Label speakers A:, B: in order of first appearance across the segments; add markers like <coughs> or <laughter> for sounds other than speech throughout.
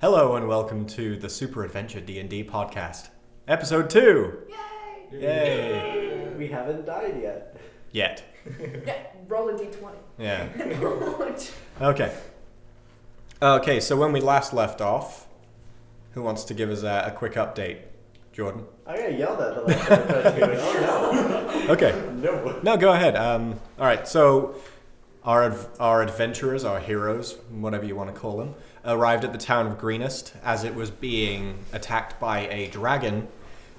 A: Hello and welcome to the Super Adventure D&D podcast, episode 2. Yay! Yay!
B: We haven't died yet.
A: Yet.
C: Yeah, roll a
D: <laughs>
C: d20.
A: Yeah.
C: Roll
A: Okay. Okay, so when we last left off, who wants to give us a, a quick update? Jordan.
B: I got yelled at the last time I tried to do it. Oh
A: Okay.
B: no. No.
A: No, go ahead. Um, all right. So, our adv- our adventurers, our heroes, whatever you want to call them, arrived at the town of Greenest as it was being attacked by a dragon,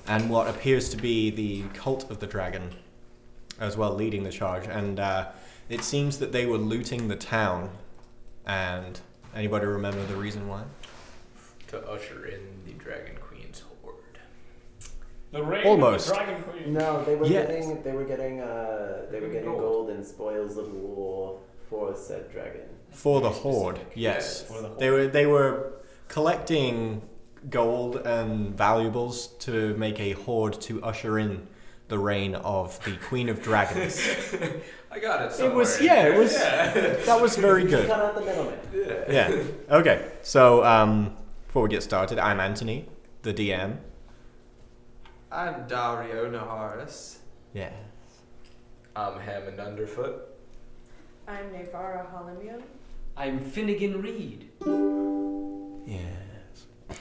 A: and what appears to be the cult of the dragon, as well leading the charge. And uh, it seems that they were looting the town. And anybody remember the reason why?
E: to usher in the Dragon Queen's horde.
F: The reign
A: Almost.
F: of the Dragon Queen.
B: No, they were
A: Yes.
B: getting they were getting uh they were getting
E: Gold.
B: gold and spoils of war for said dragon.
A: For the horde, yes.
E: <laughs> For the horde.
A: They were they were collecting gold and valuables to make a horde to usher in the reign of the Queen of
E: <laughs>
A: Dragons.
E: I got it.
A: it
E: Somewhere.
A: was yeah, it was
E: <laughs> Yeah.
A: that was very
B: Just
A: good.
B: cut out the middleman.
A: Yeah. Okay. So um, before we get started, I'm Anthony, the DM.
D: I'm Dario Naharis.
A: Yeah.
E: I'm Hammond Underfoot.
C: <laughs> I'm Navara Holimian.
G: I'm Finnegan Reed.
A: Yes.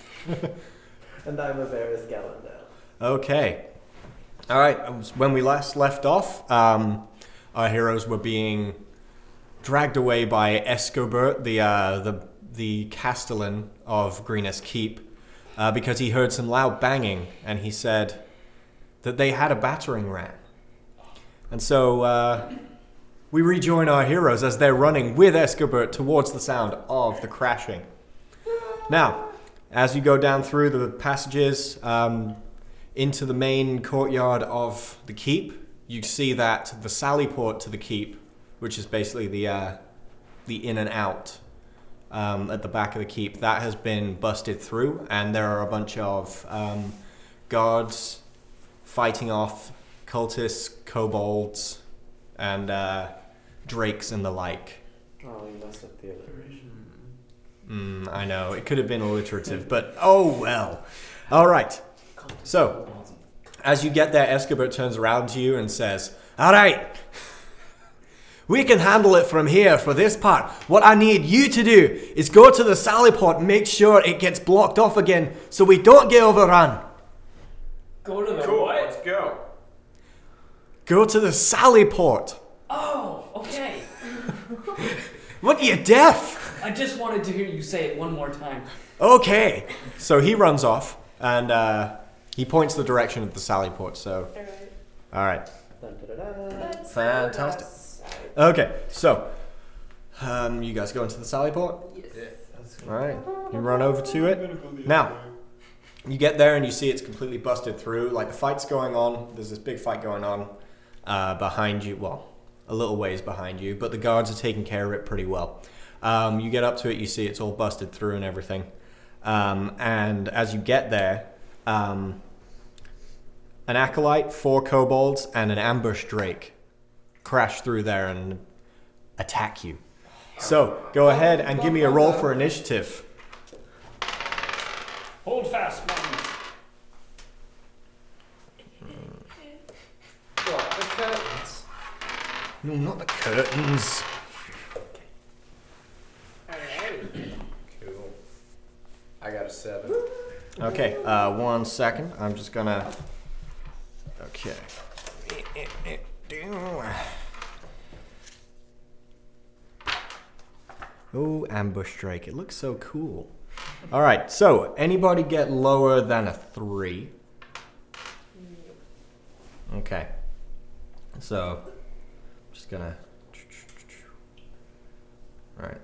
B: And I'm a Varys Gallandale.
A: Okay. All right. When we last left off, um, our heroes were being dragged away by Escobert, the uh, the the castellan of Greenest Keep, uh, because he heard some loud banging, and he said that they had a battering ram. And so uh, we rejoin our heroes as they're running with Escobert towards the sound of the crashing. Now, as you go down through the passages, um, into the main courtyard of the keep, you see that the sally port to the keep, which is basically the uh, the in and out um, at the back of the keep, that has been busted through, and there are a bunch of um, guards fighting off cultists, kobolds, and uh, drakes and the like.
B: Oh, you messed up the alliteration.
A: Mm, I know it could have been alliterative, but oh well. All right. So, as you get there, Escobert turns around to you and says, All right, we can handle it from here for this part. What I need you to do is go to the sally port, make sure it gets blocked off again so we don't get overrun.
F: Go to the
D: Cool, let's
F: what?
D: go.
A: Go to the sally port.
G: Oh, okay.
A: What are you deaf?
G: I just wanted to hear you say it one more time.
A: Okay. So he runs off and uh, he points the direction of the sally port. So,
C: Alright.
A: all right.
B: Dun, da, da, da.
C: Let's go
A: Fantastic.
C: outside.
A: Okay, so um, you guys go into the sally port.
C: Yes.
A: All right, you run over to it. Now, you get there and you see it's completely busted through. Like the fight's going on. There's this big fight going on uh, behind you. Well, a little ways behind you, but the guards are taking care of it pretty well. Um, you get up to it, you see it's all busted through and everything. Um, and as you get there, um, an acolyte, four kobolds, and an ambush drake crash through there and attack you. So go ahead and give me a roll for initiative.
F: Hold fast, Martin.
D: What, the curtains?
A: No, not the curtains.
E: Cool. I got a seven.
A: Okay, uh, one second. I'm just gonna. Okay. Oh, ambush drake! It looks so cool. All right, so anybody get lower than a three? Okay. So, just gonna. All right.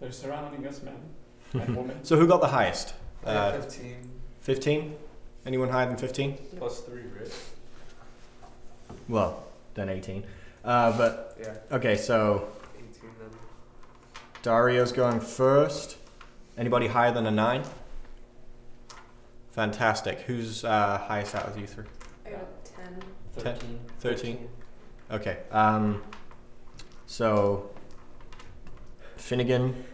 F: They're surrounding us, man.
A: <laughs>
F: And woman.
A: So who got the highest?
D: I got
A: Uh,
D: 15.
A: 15? Anyone higher than 15?
E: Plus three, right?
A: Well, then 18. Uh, but,
D: Yeah,
A: okay, so
D: 18 then.
A: Dario's going first. Anybody higher than a 9? Fantastic. Who's uh, highest out of you three?
C: I got a 10.
A: Ten. 13? Okay. Um, so, Finnegan,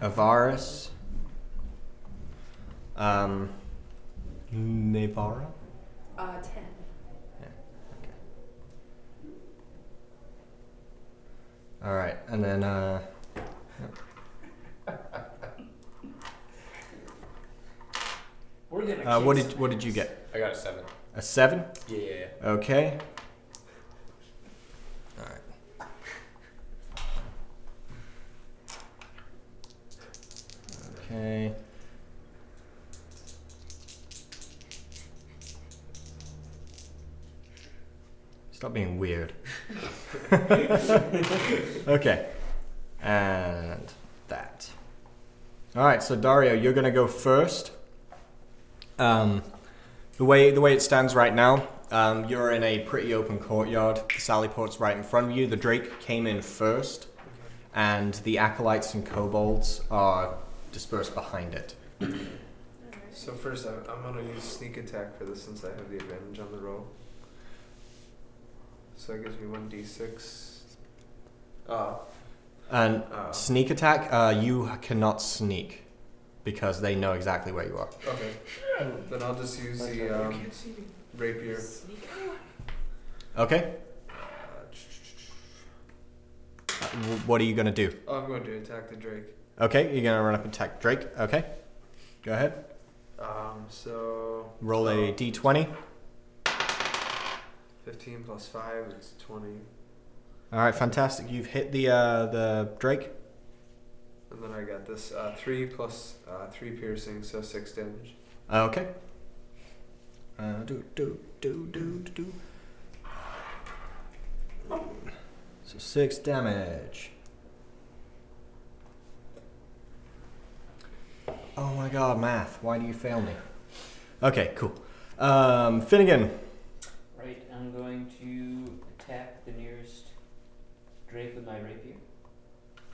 A: Avaris. Um, Navara?
C: Uh, ten.
A: All right, and then uh,
G: We're gonna.
A: uh, what
G: kiss.
A: did what did you get?
E: I got a seven.
A: A seven.
E: Yeah, yeah, yeah.
A: Okay. All right. Okay. Stop being weird. <laughs> okay. And that. All right, so Dario, you're going to go first. Um, the way the way it stands right now, um, you're in a pretty open courtyard. The Sally Port's right in front of you. The Drake came in first, and the acolytes and kobolds are dispersed behind it.
C: Alright.
D: So first, I'm, I'm gonna use sneak attack for this since I have the advantage on the roll. So that gives me one d6. Oh,
A: And
D: oh.
A: sneak attack, uh, you cannot sneak because they know exactly where you are.
D: Okay. Then I'll just use the um, rapier.
A: Okay,
D: Uh,
A: Uh, w- what are you gonna do?
D: Oh, I'm going to attack the drake.
A: Okay, you're gonna run up and attack Drake. Okay, go ahead.
D: Um, so uh,
A: Roll a d20.
D: 15 plus 5 is 20.
A: All right, fantastic. You've hit the uh, the Drake.
D: And then I got this uh, 3 plus uh, 3 piercing, so 6 damage.
A: Okay. Uh, do do do do do, do. So six damage. Oh my god, math! Why do you fail me? Okay, cool. Um, Finnegan.
G: Right, I'm going to attack the nearest Drake with my rapier.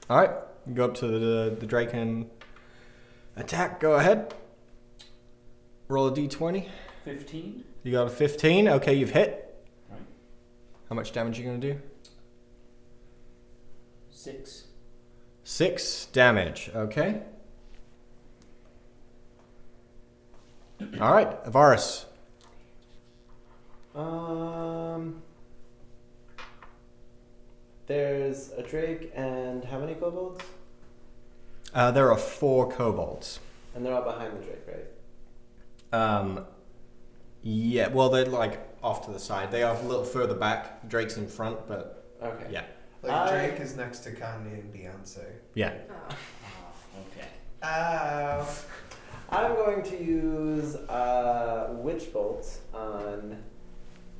A: All right, you go up to the the Drake and attack. Go ahead. Roll a d20.
G: 15.
A: You got a 15. Okay, you've hit.
G: Right.
A: How much damage you gonna do?
G: 6.
A: Six damage. Okay. All right, Avaris.
B: Um. There's a drake and how many kobolds?
A: Uh, there are four kobolds.
B: And they're all behind the drake, right?
A: Um, yeah. Well, they're like off to the side. They are a little further back. Drake's in front, but
B: Okay.
A: Yeah.
D: Like,
B: I-
D: Drake is next to Kanye and Beyonce.
A: yeah.
C: Oh.
G: Okay.
D: Oh.
B: Uh, I'm going to use uh, witch bolt on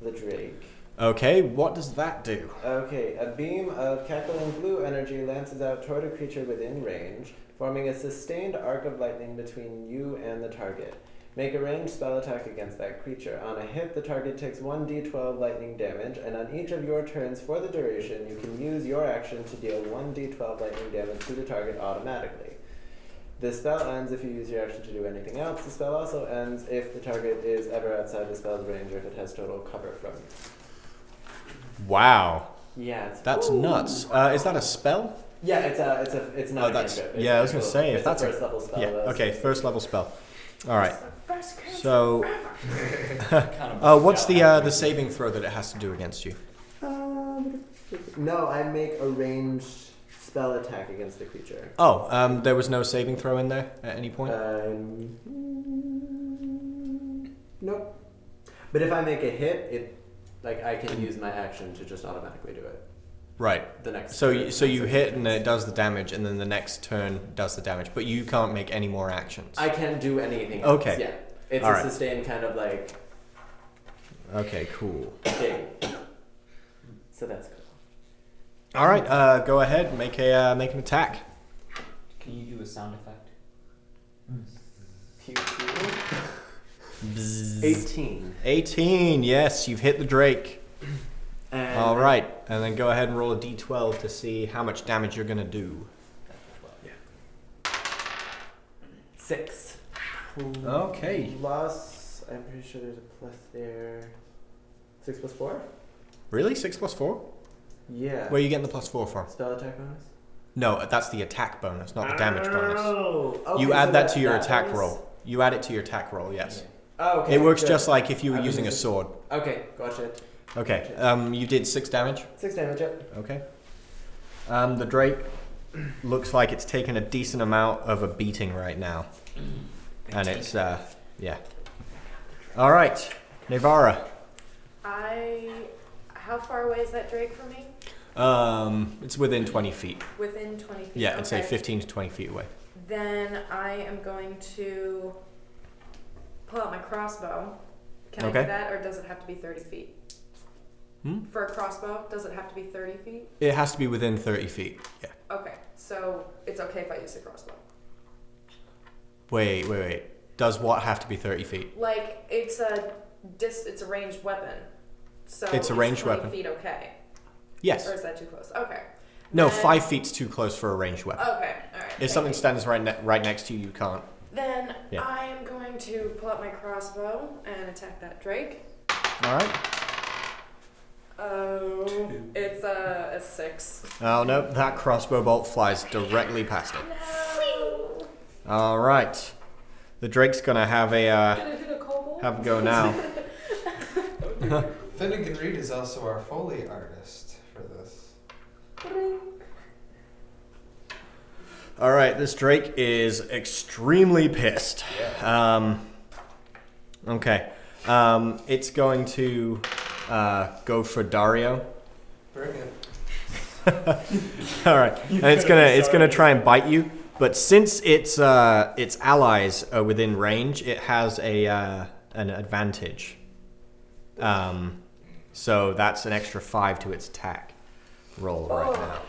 B: the drake.
A: Okay. What does that do?
B: Okay, a beam of cackling blue energy lances out toward a creature within range, forming a sustained arc of lightning between you and the target. Make a ranged spell attack against that creature. On a hit, the target takes 1d12 lightning damage, and on each of your turns for the duration, you can use your action to deal 1d12 lightning damage to the target automatically. The spell ends if you use your action to do anything else. The spell also ends if the target is ever outside the spell's range or if it has total cover from
A: Wow.
B: you. Yeah, it's
A: That's
B: Ooh.
A: nuts. Uh, is that a spell?
B: Yeah, it's a, it's a, it's not.
A: Oh,
B: a
A: that's-
B: cantrip. It's
A: yeah, I
B: an
A: was gonna
B: actual-
A: say, if
B: it's
A: that's a-
B: a first level spell.
A: Yeah.
B: that's-
A: Okay. First level spell. All right.
C: It's the best case
A: So.
C: ever.
G: Kind of
A: Uh, what's
G: out
A: the uh,
G: halfway.
A: the saving throw that it has to do against you?
B: Um, no, I make a ranged spell attack against the creature.
A: Oh, um, there was no saving throw in there at any point.
B: Um, mm, nope. But if I make a hit, it like I can use my action to just automatically do it.
A: right.
B: The next.
A: So
B: turn,
A: you, so you
B: next
A: hit and
B: turn.
A: it does the damage, and then the next turn does the damage, but you can't make any more actions.
B: I can do anything.
A: Okay.
B: Else. Yeah. It's
A: All
B: a
A: right.
B: sustained kind of like
A: Okay, cool.
B: thing. So that's cool.
A: All right, uh, go ahead, make a uh, make an attack. uh,
G: Can you do a sound effect?
B: Pew, pew.
A: <laughs>
B: Eighteen.
A: Eighteen, yes, you've hit the Drake.
B: And
A: All right, and then go ahead and roll a d12 to see how much damage you're gonna do.
B: Six.
A: Okay.
B: Plus, I'm pretty sure there's a plus there. Six plus four?
A: Really, six plus four?
B: Yeah.
A: Where are you getting the plus four from?
B: Spell attack bonus?
A: No, that's the attack bonus, not the damage bonus.
B: Oh, okay,
A: You add that
B: so that's
A: to your attack
B: bonus?
A: roll. You add it to your attack roll, yes.
B: Oh, okay.
A: It works
B: good.
A: just like if you were
B: I was
A: using a
B: using-
A: sword.
B: Okay, gotcha.
A: Okay, um, you did six damage.
B: Six damage, yep.
A: Okay. Um, the Drake looks like it's taken a decent amount of a beating right now. And it's, uh, yeah. All right, Navara.
C: I. How far away is that Drake from me?
A: Um, it's within 20 feet.
C: Within 20 feet.
A: Yeah, I'd say
C: okay.
A: 15 to 20 feet away.
C: Then I am going to pull out my crossbow. Can I
A: Okay.
C: do that, or does it have to be 30 feet?
A: Hmm?
C: For a crossbow, does it have to be 30 feet?
A: It has to be within 30 feet. Yeah.
C: Okay, so it's okay if I use the crossbow.
A: Wait, wait, wait. Does what have to be 30 feet?
C: Like it's a dis, it's a ranged weapon. So
A: It's a
C: is
A: ranged
C: 20
A: weapon.
C: Feet okay,
A: Yes.
C: or is that too close? Okay.
B: Uh,
A: No,
C: Then-
A: five feet's too close for a ranged weapon.
C: Okay, all right.
A: Uh, If
C: thank
A: something
C: you.
A: stands right, ne- right next to you, you can't.
C: Then
A: Yeah.
C: I am going to pull out my crossbow and attack that Drake.
A: All right.
C: Oh, it's a, a six.
A: Oh, no. That crossbow bolt flies directly past it.
C: No.
A: All right. The Drake's going to have a uh,
C: Gonna hit a kobold.
A: have a go <laughs> now.
D: Finnegan Reed is also our Foley artist for this.
A: All right, this Drake is extremely pissed. Um, okay, um, it's going to uh, go for Dario.
D: Bring it.
A: <laughs> All right, and it's
F: better
A: gonna
F: be
A: it's gonna
F: sorry.
A: try and bite you, but since its uh, its allies are within range, it has a uh, an advantage. Um, so that's an extra five to its attack roll
C: Oh,
F: Oh.
A: right now.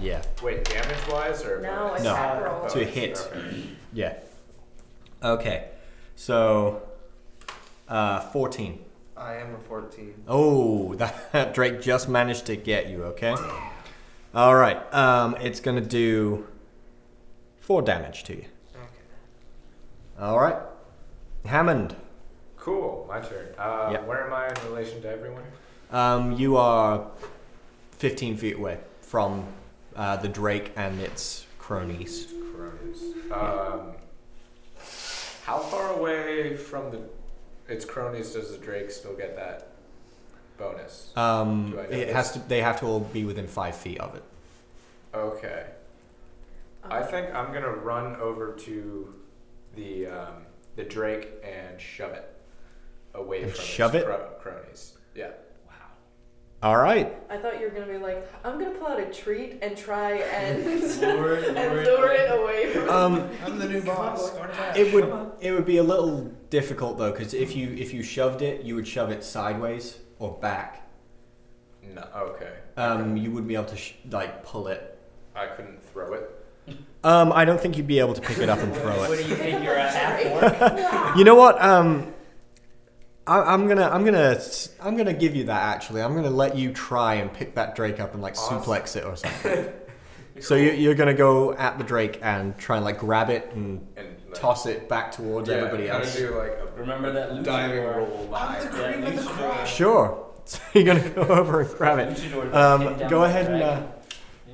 A: Yeah.
E: Wait, damage wise or
C: No,
E: bonus?
C: it's
A: No.
C: attack
F: Oh,
C: roll.
A: To hit.
E: Okay.
A: Yeah. Okay. So, uh, 14.
D: I am a 14.
A: Oh, <laughs> that Drake just managed to get you, okay? All right. Um, it's going to do 4 damage to you.
D: Okay.
A: All right. Hammond,
E: Cool, my turn. Uh,
A: Yeah.
E: Where am I in relation to everyone?
A: um, you are 15 feet away from uh, the Drake and its cronies.
E: Crows. Um, how far away from the its cronies does the Drake still get that bonus?
A: Um,
E: Do I know
A: it
E: this?
A: has to, they have to all be within 5 feet of it.
E: Okay.
C: Uh,
E: I think I'm gonna run over to the um, the Drake and shove it away
A: And
E: from
A: shove
E: its
A: it?
E: cro- cronies. Yeah.
A: All right.
C: I thought you were gonna be like, I'm gonna pull out a treat and
A: <laughs>
C: try and
D: Lure it,
C: <laughs>
G: <laughs>
C: and lure it away from.
A: Um,
E: <laughs>
D: I'm the new boss.
A: It would it would be a little difficult though because if you if you shoved it, you would shove it sideways or back.
E: No. Okay.
A: Um, you wouldn't be able to sh- like pull it.
E: I couldn't throw it.
A: Um, I don't think you'd be able to pick it up and throw
G: What
A: it.
G: do you think you're a half orc?
A: You know what? Um, I, I'm gonna I'm gonna s- I'm gonna give you that actually. I'm gonna let you try and pick that Drake up and like
E: Awesome.
A: suplex it or something.
E: <laughs>
A: so you, you're gonna go at the Drake and try and like grab it and
E: And like,
A: toss it back towards
E: yeah,
A: everybody
E: kinda
A: else.
E: Do like
G: Remember that
E: a
G: luchador?
E: diving roll. by.
G: Yeah, luchador.
A: Sure. <laughs> So you're gonna go over and grab it.
G: Luchador
A: Um,
G: pinned down
A: go
G: the
A: ahead and uh,
G: dragon.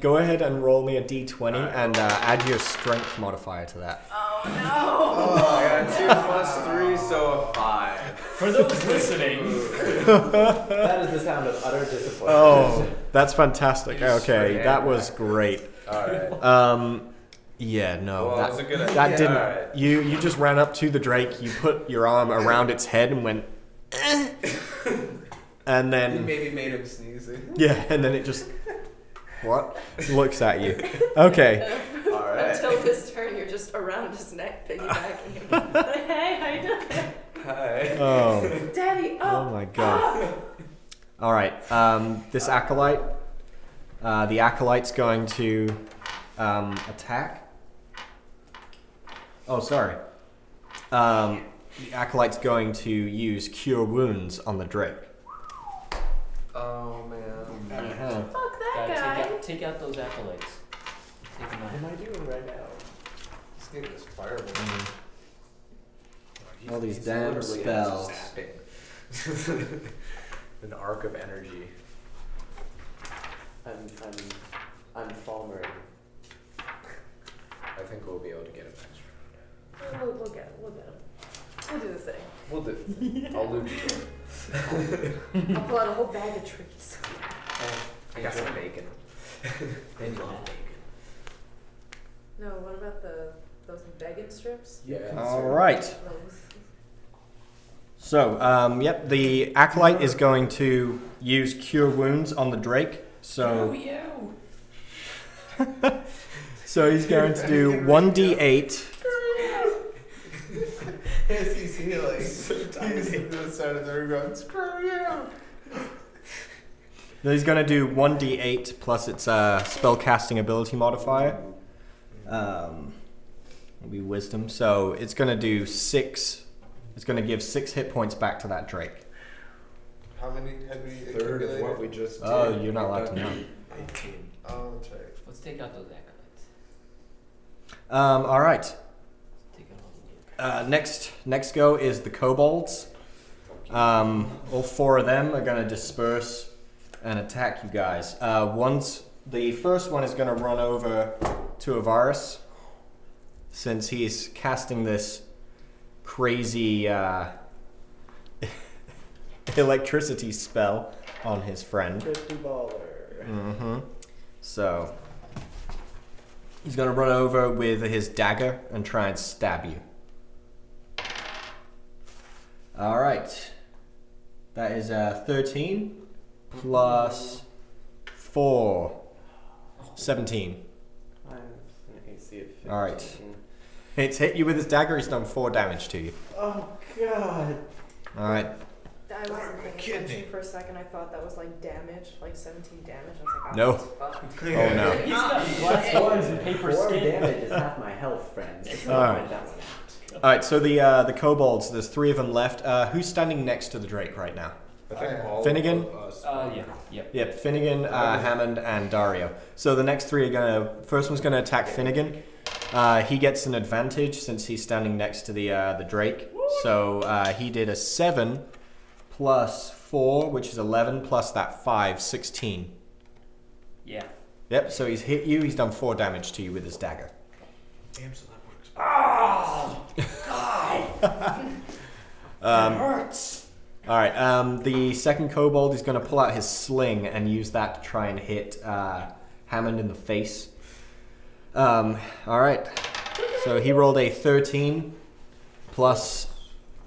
A: go ahead and roll me a d20
E: Alright.
A: and uh, add your strength modifier to that.
C: <laughs> Oh
E: Oh, I got two plus three, so
A: <laughs>
E: a five.
F: For those listening,
B: <laughs> that is the sound of utter disappointment.
A: Oh, that's fantastic.
E: You just
A: Okay,
E: ran
A: that
E: back.
A: was great.
E: All right.
A: Um, yeah, no,
E: well, that, was a
A: that,
E: good idea.
A: that didn't.
E: All right.
A: You you just ran up to the drake. You put your arm around its head and went, "Eh," and
D: You
A: then
D: maybe made him sneezing.
A: yeah, and then it just what looks at you. <laughs>
C: <laughs>
A: Okay,
C: no!
E: All right.
C: Until this turn, you're just around his neck, piggybacking
A: <laughs>
C: him. <laughs> like, hey, how you doing?
E: Hi.
A: oh.
C: Daddy, ah,
A: Oh
C: up!
A: my god. All right, um, this acolyte. Uh, the acolyte's going to um, attack. Oh, sorry. Um, the acolyte's going to use cure wounds on the drake.
D: Oh man.
C: Fuck that
G: Gotta
C: guy!
G: take, out, take out those acolytes. Take them
B: What am I doing right now?
D: This dude is fireball.
A: All these
E: He's
A: damn
E: literally
A: spells.
E: zapping. <laughs> An arc of energy.
D: <laughs>
B: I'm I'm I'm falmering.
E: think we'll be able to get him next round.
C: We'll, we'll get it. We'll get it. We'll do the thing.
E: We'll do. it. <laughs> I'll loot you.
C: I'll pull out a whole bag of trees.
E: I got some bacon. <laughs> they love bacon.
C: <laughs> No, what about the those vegan strips?
E: Yeah.
A: All right. So, um, yep, the acolyte is going to use cure wounds on the drake. So, <laughs> so he's going to do one d eight.
D: As he's
B: <laughs>
D: healing, he's
E: tiny.
D: to the side of the room going, "Screw you!"
A: He's going to do one d eight plus its uh, spell casting ability modifier. Um, it'll be wisdom. So it's going to do six. It's going to give six hit points back to that drake.
D: How many had we
E: Third of what we
D: accumulated?
E: just did.
A: Oh, you're not allowed to know.
E: Eighteen.
D: Oh, that's right.
G: Let's take out those acolytes.
A: Um, all right.
G: Let's take out all the loot.
A: Uh, next, next go is the kobolds. Um, all four of them are gonna disperse and attack you guys. Uh, one's the first one is gonna run over to Avaris since he's casting this crazy uh, <laughs> electricity spell on his friend.
B: Thrifty baller.
A: Mm-hmm. So he's gonna run over with his dagger and try and stab you. All right, that is uh, thirteen plus four. 17.
B: I'm an AC of 15.
A: All right. It's hit you with his dagger, he's done four damage to you.
B: Oh god.
A: Alright.
C: I wasn't paying
D: kidney.
C: attention for a second. I thought that was like damage, like 17 damage. I was like, oh,
A: No.
C: that's fucked.
A: Oh no.
G: He's got black thorns and paper
B: Four
G: skin.
B: damage is half my health, friends. It's
A: All
B: not
A: right.
B: my down.
A: Alright, so the uh, the kobolds, there's three of them left. Uh, who's standing next to the Drake right now?
E: I think all
A: Finnegan?
E: of us
G: Uh, yeah, yeah.
A: Yep, Finnegan, uh, Hammond, and Dario. So the next three are gonna. First one's gonna attack Finnegan. Uh, he gets an advantage since he's standing next to the uh, the Drake. So uh, he did a seven plus four, which is eleven plus that five, 16.
G: Yeah.
A: Yep. So he's hit you. He's done four damage to you with his dagger.
D: Damn, so that works.
A: Um, All right. Um, the second kobold is going to pull out his sling and use that to try and hit uh, Hammond in the face. Um, all right. So he rolled a thirteen plus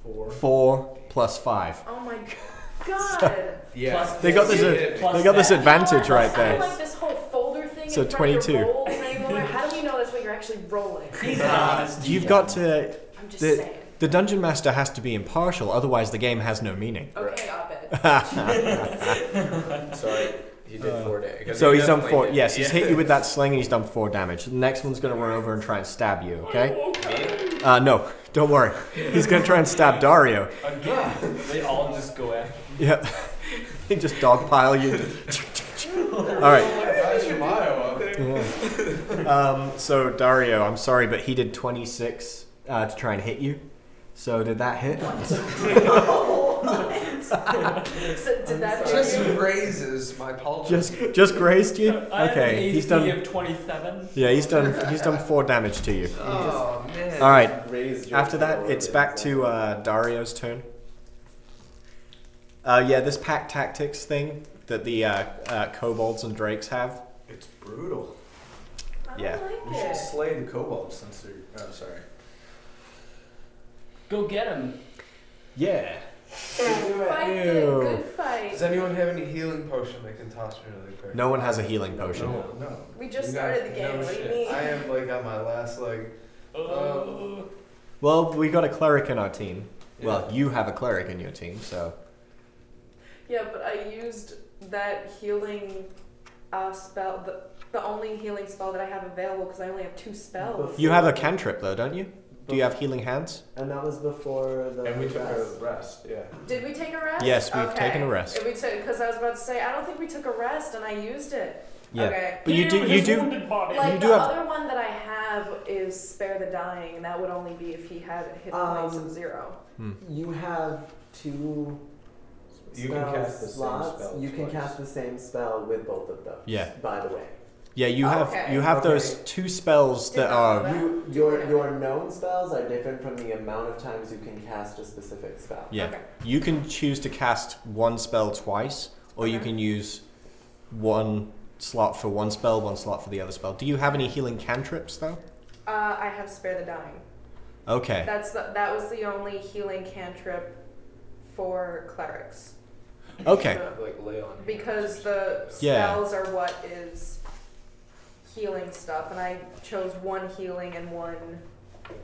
E: four.
A: four plus five.
C: Oh my
A: <laughs>
C: god.
E: Yeah.
G: Plus
A: They got
G: this,
A: this-
G: plus
A: They got this
G: that.
A: advantage
C: You know,
A: right
C: I like
A: there.
C: this whole folder thing.
A: So
C: in front of your
A: 22. <laughs>
C: rolls anymore. How do you know that's what you're actually rolling?
G: He's an honest
A: You've
G: DM.
A: got to.
C: I'm just
A: The-
C: saying.
A: The dungeon master has to be impartial, otherwise the game has no meaning. <laughs>
C: Okay, Abed.
E: Sorry, he did four damage.
A: Uh, So he's done four. Yes, he's hit you
E: <laughs>
A: with that sling and he's done four damage. The next one's going to run over and try and stab you. Okay? Uh, no, don't worry. He's going to try and stab Dario.
F: Again, they all just go after.
A: Yep. <laughs> he just dogpile you. <laughs> All right.
D: That's your Iowa.
A: Um, so Dario, I'm sorry, but he did 26 uh, to try and hit you. So did that hit?
C: so did that do
D: Just
C: you?
D: raises my palm.
A: Just, just grazed you.
F: I have an
A: Okay, he's
F: AC
A: done.
F: of 27.
A: Yeah, he's done. He's done four damage to you.
D: Oh man.
A: All right.
B: Raised your
A: After that,
B: floor
A: it's
B: with
A: back
B: that.
A: to uh, Dario's turn. Uh, yeah, this pack tactics thing that the uh, uh, kobolds and drakes have.
E: It's brutal.
C: I
A: <laughs>
C: don't
A: Yeah.
C: like
E: We should
C: it.
E: slay the kobolds since they're. Oh, sorry.
G: Go get him.
A: Yeah.
C: Fight
A: Ew.
C: good, good
D: Does
C: fight.
D: anyone have any healing potion they can toss me really quick?
A: No one has a healing
D: No,
A: potion.
D: no.
C: We just
D: You
C: started
D: guys-
C: the game.
D: no
C: what do you
D: shit.
C: mean?
D: I am like um, on my last leg.
F: Oh.
A: Well, we got a cleric in our team. Well,
D: Yeah.
A: you have a cleric in your team, so
C: Yeah, but I used that healing uh, spell, the, the only healing spell that I have available because I only have two spells.
A: you have a cantrip though, don't you? Do you have healing hands?
B: And that was before the.
E: And we took a
B: rest.
E: rest. Yeah.
C: Did we take a rest?
A: Yes, we've
C: Okay.
A: taken a rest.
C: If we took, because I was about to say, I don't think we took a rest and I used it.
A: Yeah.
C: Okay.
A: But you do.
F: Heal
A: You
F: his
A: do.
F: wounded body.
C: Like
A: you
C: the
A: do have-
C: other one that I have is spare the dying, and that would only be if he had hit points
B: Um,
C: of zero.
B: You have two.
E: You can
B: spell
E: cast the same
B: slots.
E: spell
B: You can
E: twice.
B: cast the same spell with both of those.
A: Yeah.
B: By the way.
A: Yeah, you
C: Oh,
A: have
C: okay.
A: you have
B: Okay.
A: those two spells
C: Did
A: that
C: not know
A: are.
C: that.
B: You, your your known spells are different from the amount of times you can cast a specific spell.
A: Yeah,
C: Okay.
A: you can choose to cast one spell twice, or you
C: Okay.
A: can use one slot for one spell, one slot for the other spell. Do you have any healing cantrips though?
C: Uh, I have spare the dying.
A: Okay.
C: That's the, that was the only healing cantrip for clerics
A: Okay.
E: Like lay on. hands
C: because
E: or
C: the
A: Yeah.
C: spells are what is healing stuff, and I chose one healing and one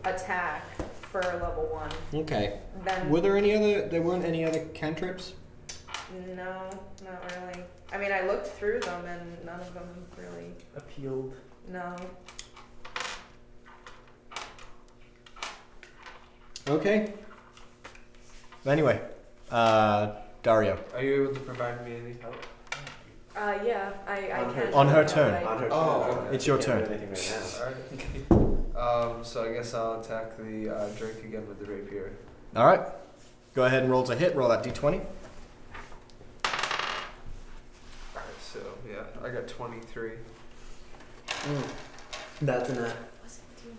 C: attack for level one.
A: Okay.
C: Then
A: Were there any other? There weren't any other cantrips.
C: no, not really. I mean, I looked through them and none of them really.
B: Appealed.
C: No.
A: Okay. Anyway, uh, Dario.
D: Are you able to provide me any help?
C: Uh, yeah, I, I
B: On her-
C: can.
A: On her
C: but
A: turn.
C: I-
B: On her
D: Oh,
B: turn.
D: okay.
A: It's your
B: Can't do
A: turn.
B: anything right now.
E: <laughs>
D: Alright. um, so I guess I'll attack the uh, Drake again with the rapier.
A: All right. Go ahead and roll to hit. Roll that d20.
D: Alright, so yeah, I got 23.
B: That's an. uh,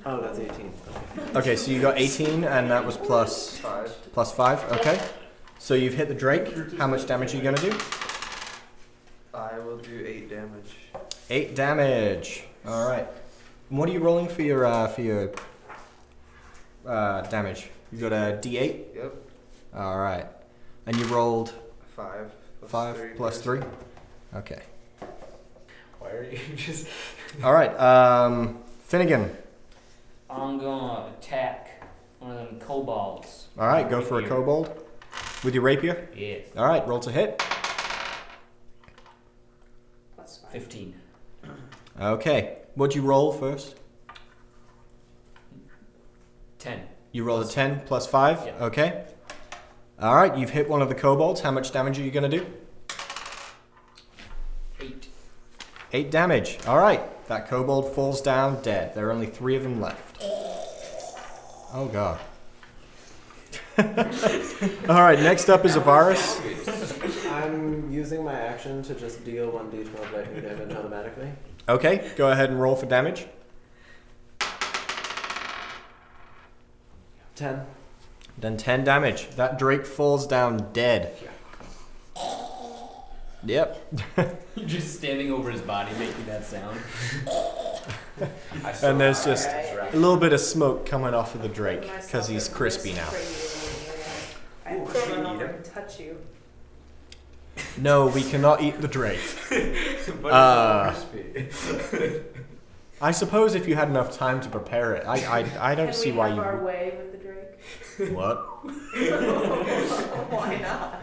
B: Oh, that's 18. Okay.
A: Okay, so you got 18, and that was plus
D: 5.
A: plus five. Okay. So you've hit the Drake. How much damage are you gonna do?
D: I will do 8 damage.
A: Eight damage. All right. And What are you rolling for your uh, for your uh, damage? You got a D8.
D: Yep,
A: All right. And you rolled
D: 5. plus
A: five
D: three
A: plus
D: piercing.
A: three. Okay.
E: Why are you just?
A: All right. Um, Finnegan.
G: I'm gonna attack one of them kobolds.
A: All right. Go for a
G: Rapier.
A: kobold with your rapier.
G: Yes.
A: All right. Roll to hit.
C: Plus five.
G: Fifteen.
A: Okay. What'd you roll first?
G: Ten.
A: You rolled a ten plus five.
G: Yeah.
A: Okay. All right. You've hit one of the kobolds. How much damage are you gonna do?
G: Eight.
A: Eight damage. All right. That kobold falls down dead. There are only three of them left. Oh god. <laughs> All right. Next up is Avaris.
B: I'm using my action to just deal 1d12 lightning damage automatically.
A: Okay. Go ahead and roll for damage.
B: 10.
A: Done ten damage. That Drake falls down dead. Yep.
G: <laughs> Just standing over his body, making that sound.
E: I saw
A: And there's
E: that.
A: just
E: It's
A: a little bit of smoke coming off of the Drake because he's crispy now.
C: I
E: Ooh,
C: still
E: should we
C: don't
E: eat
C: know
E: him?
C: to touch you.
A: No, we cannot eat the Drake.
E: But it's
A: Uh,
E: crispy.
A: I suppose if you had enough time to prepare it, I I, I don't
C: Can
A: see
C: we
A: why
C: have our
A: you
C: way with the Drake? <laughs>
A: would. what.
C: Why not?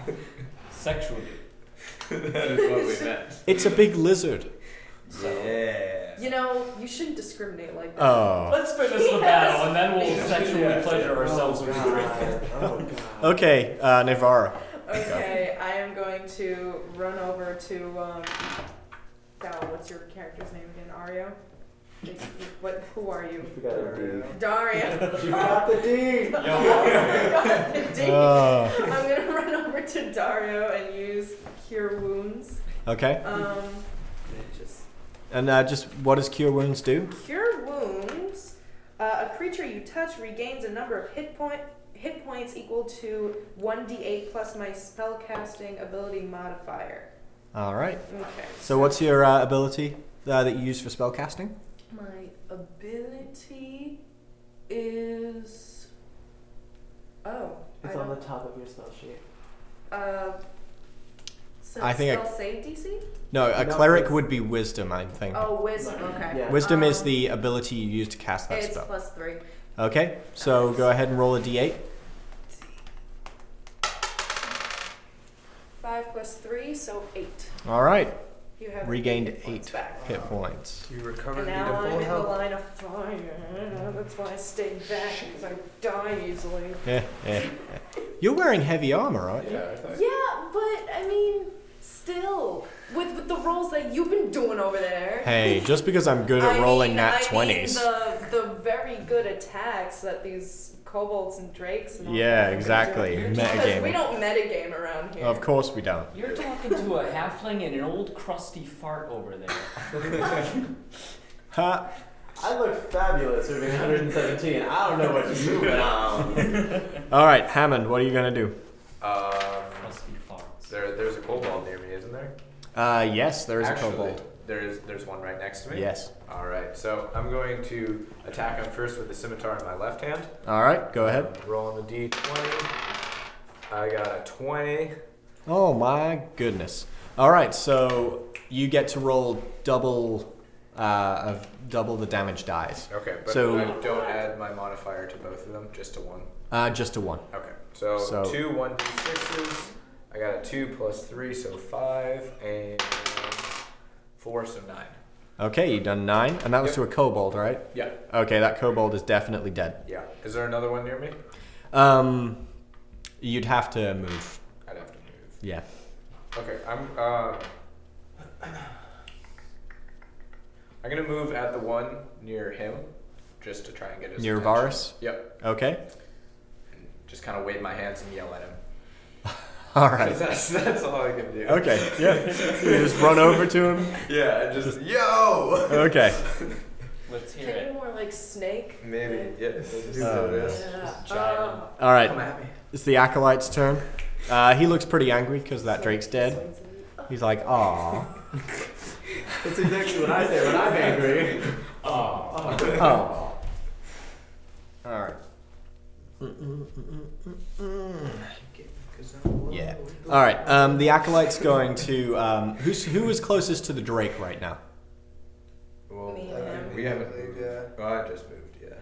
G: Sexually.
E: <laughs> that is what we meant.
A: It's a big lizard.
G: So.
E: Yeah.
C: You know, you shouldn't discriminate like that.
A: Oh.
G: Let's finish the
C: Yes.
G: battle and then we'll
C: Yeah.
G: sexually
E: Yeah.
G: pleasure ourselves
B: oh,
G: with
B: God.
G: the drink.
B: Oh, God.
A: Okay, uh, Navara.
C: Okay, I am going to run over to um. Val, what's your character's name again? Ario. What? Who are you?
B: You got a
G: <laughs>
C: Dario.
B: D. You got the
C: <laughs>
B: D!
C: I'm
A: Uh,
C: gonna run over to Dario and use cure wounds.
A: okay,
C: Um,
B: Just
A: and uh, just what does cure wounds do?
C: cure wounds. Uh, a creature you touch regains a number of hit point hit points equal to one d8 plus my spellcasting ability modifier.
A: All right.
C: Okay.
A: So what's your uh, ability uh, that you use for spellcasting?
C: My ability is. Oh.
B: It's
C: I
B: on the
C: don't-
B: top of your spell sheet.
C: uh, so
A: I think I-
C: spell save DC?
A: No, a
B: No,
A: cleric
B: it's-
A: would be wisdom, I think.
C: Oh, wisdom. Okay.
B: Yeah.
A: Wisdom is
C: um,
A: the ability you use to cast that
C: It's
A: spell.
C: plus three.
A: Okay, so go ahead and roll a d8.
C: Five plus three, so eight.
A: All right,
C: You have
A: Regained
C: eight points
A: eight.
C: back.
A: hit points.
D: You
C: And
D: recovered me
C: now
D: to
C: I'm
D: full
C: in the
D: health.
C: line of fire. That's why I stayed back because I die easily.
A: <laughs> Yeah, yeah. You're wearing heavy armor, aren't you?
E: Yeah, I thought.
C: Yeah, but I mean, still, with, with the roles that you've been doing over there.
A: Hey, just because I'm good at
C: I
A: rolling
C: mean,
A: nat
C: I mean
A: 20s.
C: the, the very good attacks that these kobolds and drakes and all
A: Yeah,
C: that.
A: exactly.
C: Because
A: Metagaming.
C: We don't metagame around here.
A: Of course we don't.
G: You're talking to a halfling and an old crusty fart over there.
A: Ha!
B: I look fabulous serving 117. I don't know what you're moving on.
A: All right, Hammond, what are you gonna do?
E: Um,
G: Crusty farts.
E: there, there's a kobold near me, isn't there?
A: Uh, yes, there is
E: Actually,
A: a kobold.
E: There's, there's one right next to me.
A: Yes.
E: All right. So I'm going to attack him first with the scimitar in my left hand.
A: All right, go ahead.
E: Rolling the d20. I got a 20.
A: Oh my goodness. All right, so you get to roll double uh, of double the damage dies.
E: Okay, but
A: So-
E: I don't add my modifier to both of them, just to one.
A: Uh, just to one.
E: Okay. So,
A: So-
E: two one d sixes. I got a two plus three, so five and four, so nine.
A: Okay, you done nine, and that was
E: Yep.
A: to a kobold, right?
E: Yeah.
A: Okay, that kobold is definitely dead.
E: Yeah. Is there another one near me?
A: Um, you'd have to move.
E: I'd have to move.
A: Yeah.
E: Okay. I'm. Uh, <coughs> I'm gonna move at the one near him, just to try and get his.
A: Near
E: attention.
A: Varus.
E: Yep.
A: Okay. <laughs>
E: Just kind of wave my hands and yell at him.
A: All right.
E: <laughs> That's that's all I can do.
A: Okay.
E: <laughs>
A: Yeah. You just run over to him.
E: Yeah. And just yo.
A: Okay.
G: Let's hear
C: Can you
G: it.
C: more like snake?
E: Maybe. Yes. let's do
A: Oh,
E: this.
C: Yeah.
G: Just
C: Um,
G: jive
A: All right.
E: Come at me.
A: It's the acolyte's turn. Uh, he looks pretty angry because that Drake's dead. He's like, "Aw,
B: That's exactly what I say when I'm angry.
A: oh." All right. Yeah. All right. Um, the acolyte's going to um, who's who is closest to the Drake right now?
E: Well,
C: Me
E: I
C: and
E: mean,
C: him.
E: we haven't
D: Maybe,
E: moved.
D: yeah.
E: Well, I just moved. Yeah.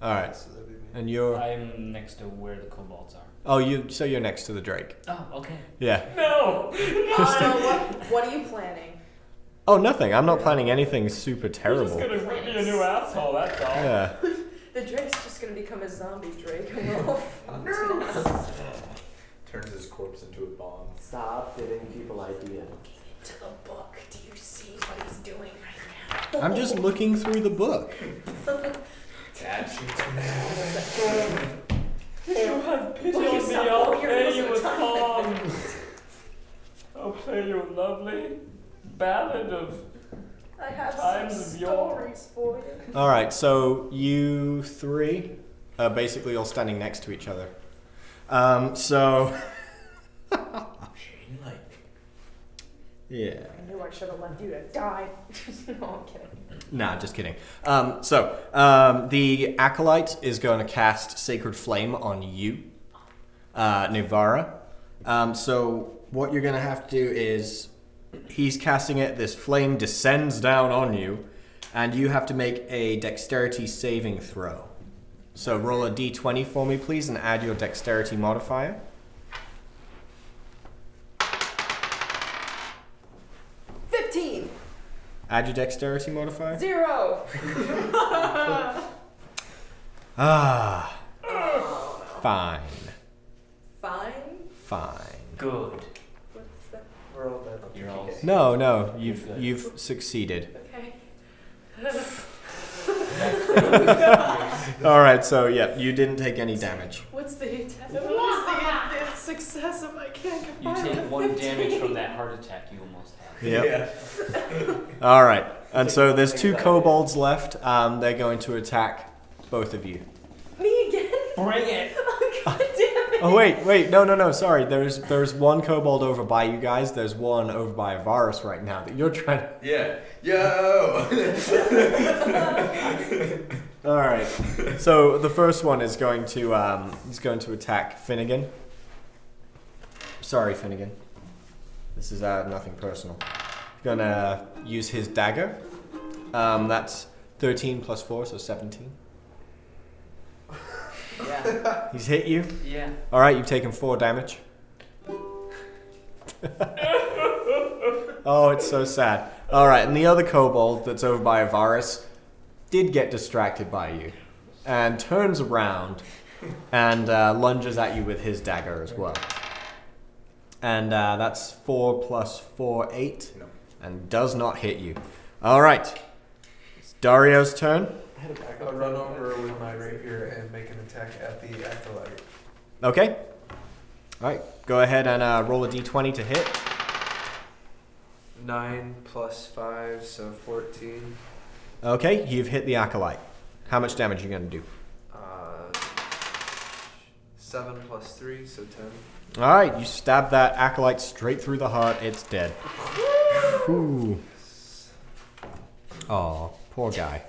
A: All right.
D: So that'd be me.
A: And you're
G: I'm next to where the kobolds are.
A: oh you so you're next to the Drake.
G: Oh, okay.
A: Yeah.
G: No!
C: Uh, what, what are you planning?
A: Oh nothing. I'm not planning anything super
F: You're just
A: terrible.
F: gonna rip me a new asshole, that's all.
A: Yeah.
C: The Drake's just gonna become a zombie Drake and we're <laughs> all fucked.
E: Turns his corpse into a bomb.
B: Stop giving people ideas.
C: To the book. Do you see what he's doing right
A: I'm just looking through the book.
E: Dad shoots him.
F: You have pity
C: Well, you
F: on me, I'll
C: suck. Well,
F: play
C: you're
F: you a
C: innocent.
F: song. I'll play you a lovely ballad of.
C: now? I have
F: Times
C: some
F: of yore.
C: stories for
A: <laughs>
C: you.
A: All right, so you three are basically all standing next to each other. Um, so <laughs> yeah,
C: I knew I should have left you to die. <laughs> no, I'm kidding.
A: nah, just kidding. Um, so um, the acolyte is going to cast Sacred Flame on you, uh, Nivara. Um, so what you're going to have to do is he's casting it. This flame descends down on you, and you have to make a Dexterity saving throw. So roll a d20 for me, please, and add your Dexterity modifier.
C: Fifteen.
A: Add your dexterity modifier.
C: Zero.
A: Ah,
C: Oh, no.
A: fine,
C: Fine.
A: fine.
G: Good.
C: What's that?
B: We're all dead.
G: You're all.
A: No, no, you've
G: Good.
A: you've succeeded.
C: Okay.
A: All right, so yeah, you didn't take any damage.
C: What's the attack? What's the, the success if I can't
G: You
C: combine
G: take
C: with
G: one
C: 15?
G: damage from that heart attack you almost had.
E: <laughs>
A: Yep. All right, and so there's two kobolds left. Um, they're going to attack both of you.
C: <laughs> Me again? <laughs>
G: Bring it!
C: Oh, God damn it.
A: Oh wait, wait, no, no, no. Sorry, there's there's one kobold over by you guys. There's one over by Varus right now that you're trying. to...
E: Yeah. Yo.
A: All right. So the first one is going to um, is going to attack Finnegan. Sorry, Finnegan. This is uh, nothing personal. Gonna use his dagger. Um, that's thirteen plus four, so seventeen.
G: Yeah.
A: He's hit you.
G: Yeah.
A: All right, you've taken four damage. oh, it's so sad. All right, and the other kobold that's over by Varus did get distracted by you and turns around and uh, lunges at you with his dagger as well. And uh, that's four plus four, eight,
E: No.
A: and does not hit you. All right, it's Dario's turn.
B: had a
D: <laughs>
B: backup.
D: I'll run
B: plan.
D: over with my rapier and make an attack at the acolyte.
A: Okay. All right. Go ahead and uh, roll a d20 to hit.
D: Nine plus five, so fourteen.
A: Okay, you've hit the acolyte. How much damage are you going to do?
D: Uh, seven plus three, so ten.
A: All right, you stab that acolyte straight through the heart. It's dead. Ooh. Oh, poor guy.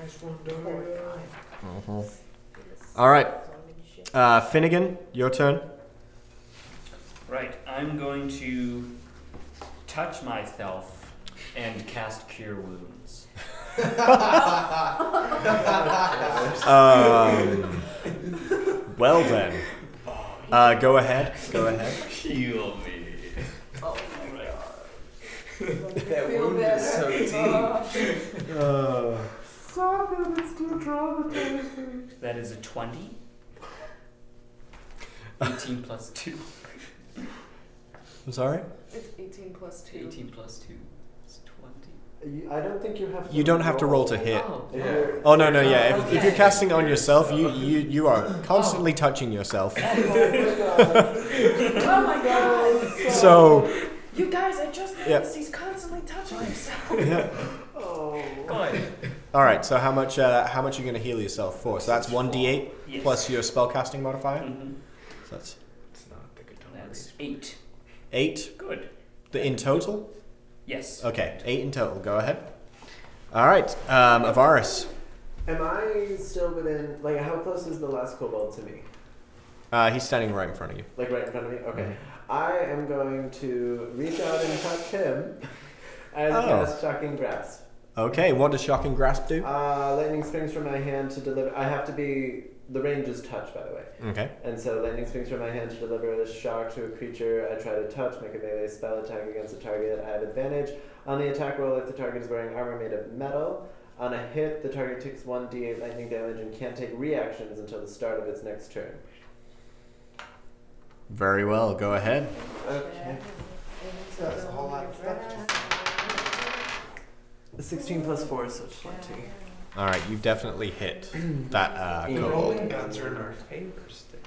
D: Nice one, Dodo.
G: Mm-hmm.
A: All right, uh, Finnegan, your turn.
G: Right, I'm going to touch myself and cast Cure Wounds.
A: Um, well then, uh, go ahead. Go ahead.
G: Heal me.
D: That wound is
C: <laughs>
D: so deep.
C: Stop it, it's too traumatizing.
G: That is a 20. 18 plus 2.
A: I'm sorry.
C: It's 18 plus 2.
G: 18 plus 2 is 20.
B: You- I don't think you have. To
A: You don't have to roll to hit.
G: Oh,
B: If
D: Yeah.
B: you're-
A: Oh no no yeah. If, if
G: Okay.
A: you're casting on yourself, you you you are constantly touching yourself.
B: <laughs>
C: Oh my god.
A: So
C: You guys, I just noticed
A: Yeah.
C: he's constantly touching
D: <laughs>
C: himself.
B: Oh.
G: good.
A: all right. So how much uh, how much are you going to heal yourself for? So that's one d8
G: Yes.
A: plus your spellcasting modifier.
G: Mhm.
A: So that's
D: It's not the guitar.
G: That's 8.
A: eight
G: Good.
A: the, in total.
G: Yes.
A: Okay, eight in total. Go ahead. All right, um, Avaris.
B: Am I still within? Like, how close is the last kobold to me?
A: Uh, he's standing right in front of you.
B: Like right in front of me. Okay.
A: Mm-hmm.
B: I am going to reach out and touch him, and
A: Oh.
B: cast shocking grasp.
A: Okay, what does Shocking Grasp do?
B: Uh, lightning springs from my hand to deliver. I have to be. The range is touch, by the way.
A: Okay.
B: And so lightning springs from my hand to deliver a shock to a creature I try to touch, make a melee spell attack against the target. I have advantage. On the attack roll, if the target is wearing armor made of metal, on a hit, the target takes 1d8 lightning damage and can't take reactions until the start of its next turn.
A: Very well, go ahead.
B: Okay.
D: That's a whole lot of stuff.
B: 16 plus 4 is 20.
A: All right, you've definitely hit that uh,
B: Yeah.
D: The
A: kobold.
D: rolling guns are in our favor still.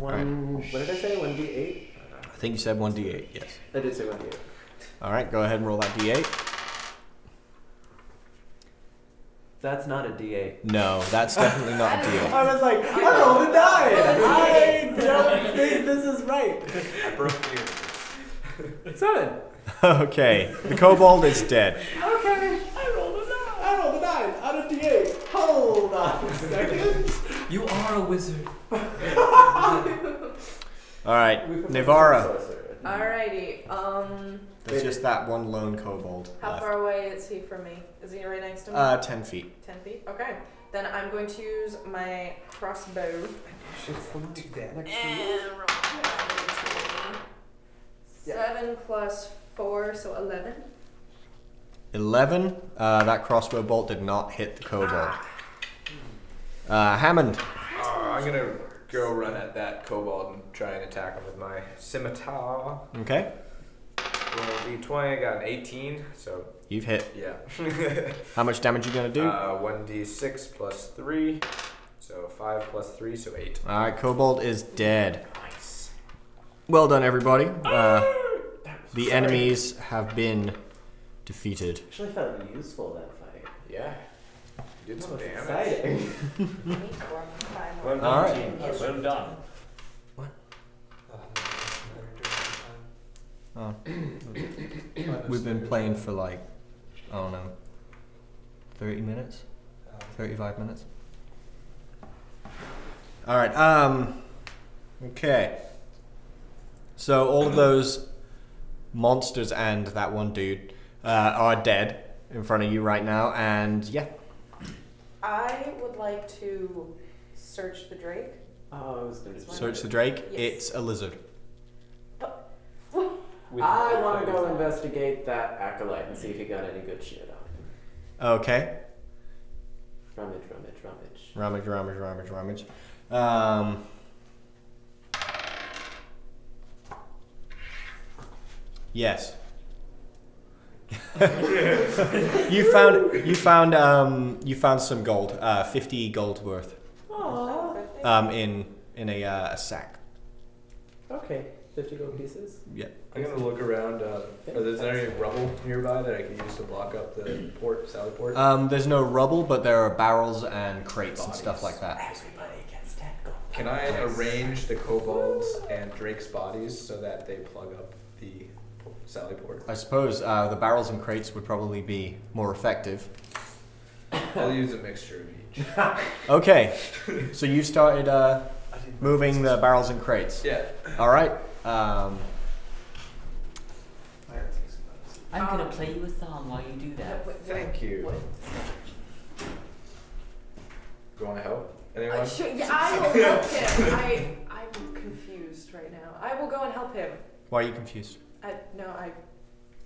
B: One, What did I say? 1d8?
A: I think you said 1d8, yes.
B: I did say 1d8.
A: All right, go ahead and roll that d8.
B: That's not a d8.
A: No, that's definitely not a d8.
B: I was like, I rolled a die! I don't think this is right.
D: I broke you.
B: Seven.
A: <laughs> Okay, the kobold is dead.
B: Okay. I rolled a nine. I rolled a nine out of d8. Hold on a second.
G: You are a wizard.
A: All right, Navara.
C: Alrighty, um,
A: There's just that one lone kobold
C: how
A: left.
C: far away is he from me? Is he right next to me?
A: Uh, 10 feet.
C: 10 feet? Okay. Then I'm going to use my crossbow.
D: Should do that.
C: And roll my 7 plus 4, so 11.
A: 11. Uh, that crossbow bolt did not hit the kobold. Uh, Hammond.
E: Uh, I'm gonna go run at that kobold and try and attack him with my scimitar.
A: Okay,
E: Roll d20. I got an 18, so
A: you've hit.
B: <laughs>
E: yeah.
A: How much damage you gonna do?
E: Uh, 1d6 plus 3, so 5 plus 3, so 8.
A: All right, Kobold is dead.
E: Nice.
A: Well done, everybody. Uh, the enemies have been defeated.
B: Actually, felt useful that fight.
E: Yeah. You did
B: That
E: some
B: was
E: damage.
B: exciting.
G: Well done,
A: All right.
G: team. Well done.
A: Oh,
B: Oh.
A: <clears throat> We've been playing for like, I don't know, 30 minutes? 35 minutes? All right, um, okay. So all of those monsters and that one dude uh, are dead in front of you right now, and yeah,
C: I would like to search the Drake.
B: Oh, I was gonna do
A: search the Drake.
C: Yes.
A: It's a lizard.
G: With
B: I want to go investigate that acolyte and see if he got any good shit on him.
A: Okay.
B: Rummage, rummage, rummage.
A: Rummage, rummage, rummage, rummage. Um, yes. <laughs> You found you found um, you found some gold, uh, fifty gold worth,
F: Aww.
A: um, in in a, uh, a sack.
B: Okay, 50 gold pieces.
A: Yeah.
E: I'm gonna look around. Um, are there is there any rubble nearby that I can use to block up the port, sally port?
A: Um, there's no rubble, but there are barrels and crates and stuff like that.
B: Everybody gets 10 gold.
E: Can I arrange the kobolds and Drake's bodies so that they plug up the po- sally port?
A: <laughs> I suppose uh, the barrels and crates would probably be more effective.
E: I'll use a mixture of each.
A: Okay, so you started uh, moving the barrels and crates.
E: Yeah.
A: All right. Um,
G: I'm
C: Um,
G: gonna play you a song while you do that.
E: Thank you. You want to help? Anyone?
C: Uh, sure, yeah, I will help him. I, I'm confused right now. I will go and help him.
A: why are you confused?
C: I, no, I.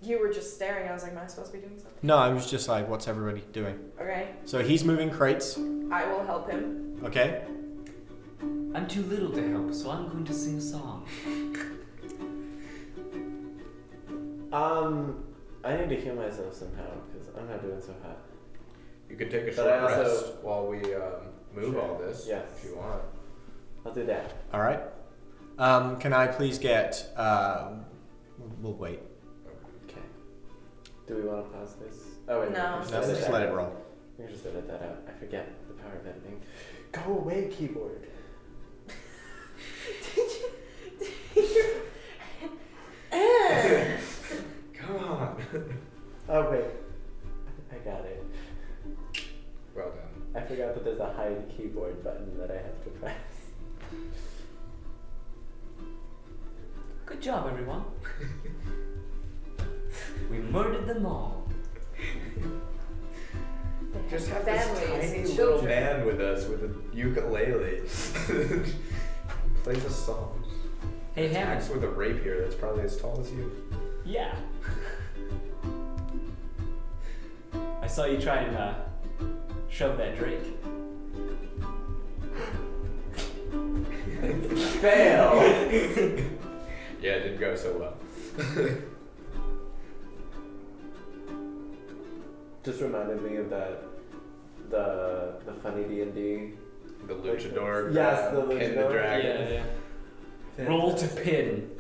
C: You were just staring. I was like, am I supposed to be doing something?
A: No, I was just like, what's everybody doing?
C: Okay,
A: So he's moving crates.
C: I will help him.
A: Okay.
G: I'm too little to help, so I'm going to sing a song.
B: Um, I need to heal myself somehow because I'm not doing so hot.
E: You could take a
B: But
E: short
B: I also-
E: rest while we um, move
B: Sure.
E: all this,
B: Yes.
E: if you want.
B: I'll do that.
A: All right. Um, can I please get? Uh, we'll wait.
B: Okay. Do we want to pause this? Oh wait, we
C: No.
B: can
A: No,
B: edit
A: just
B: that
A: let it
B: out.
A: roll.
B: We can just edit that out. I forget the power of editing. Go away, keyboard.
C: Did you? Did you? Eh.
E: Come on.
B: Oh wait, I got it.
E: Well done.
B: I forgot that there's a hide keyboard button that I have to press. <laughs>
G: Good job, everyone. we murdered them all.
E: Just have
C: Families
E: this
C: and
E: tiny little
C: children.
E: man with us with a ukulele. <laughs> Plays a song.
G: Hey,
E: Attacks
G: Hammond.
E: with a rapier that's probably as tall as you.
G: <laughs>
F: Yeah. I saw you try and uh, shove that drake.
B: Fail.
E: Yeah, it didn't go so well.
B: Just reminded me of that. The the funny D and D.
E: The luchador.
B: Yes,
E: grab,
D: uh,
B: the
E: Pin the
B: luchador.
E: dragon.
F: yeah. Roll to pin.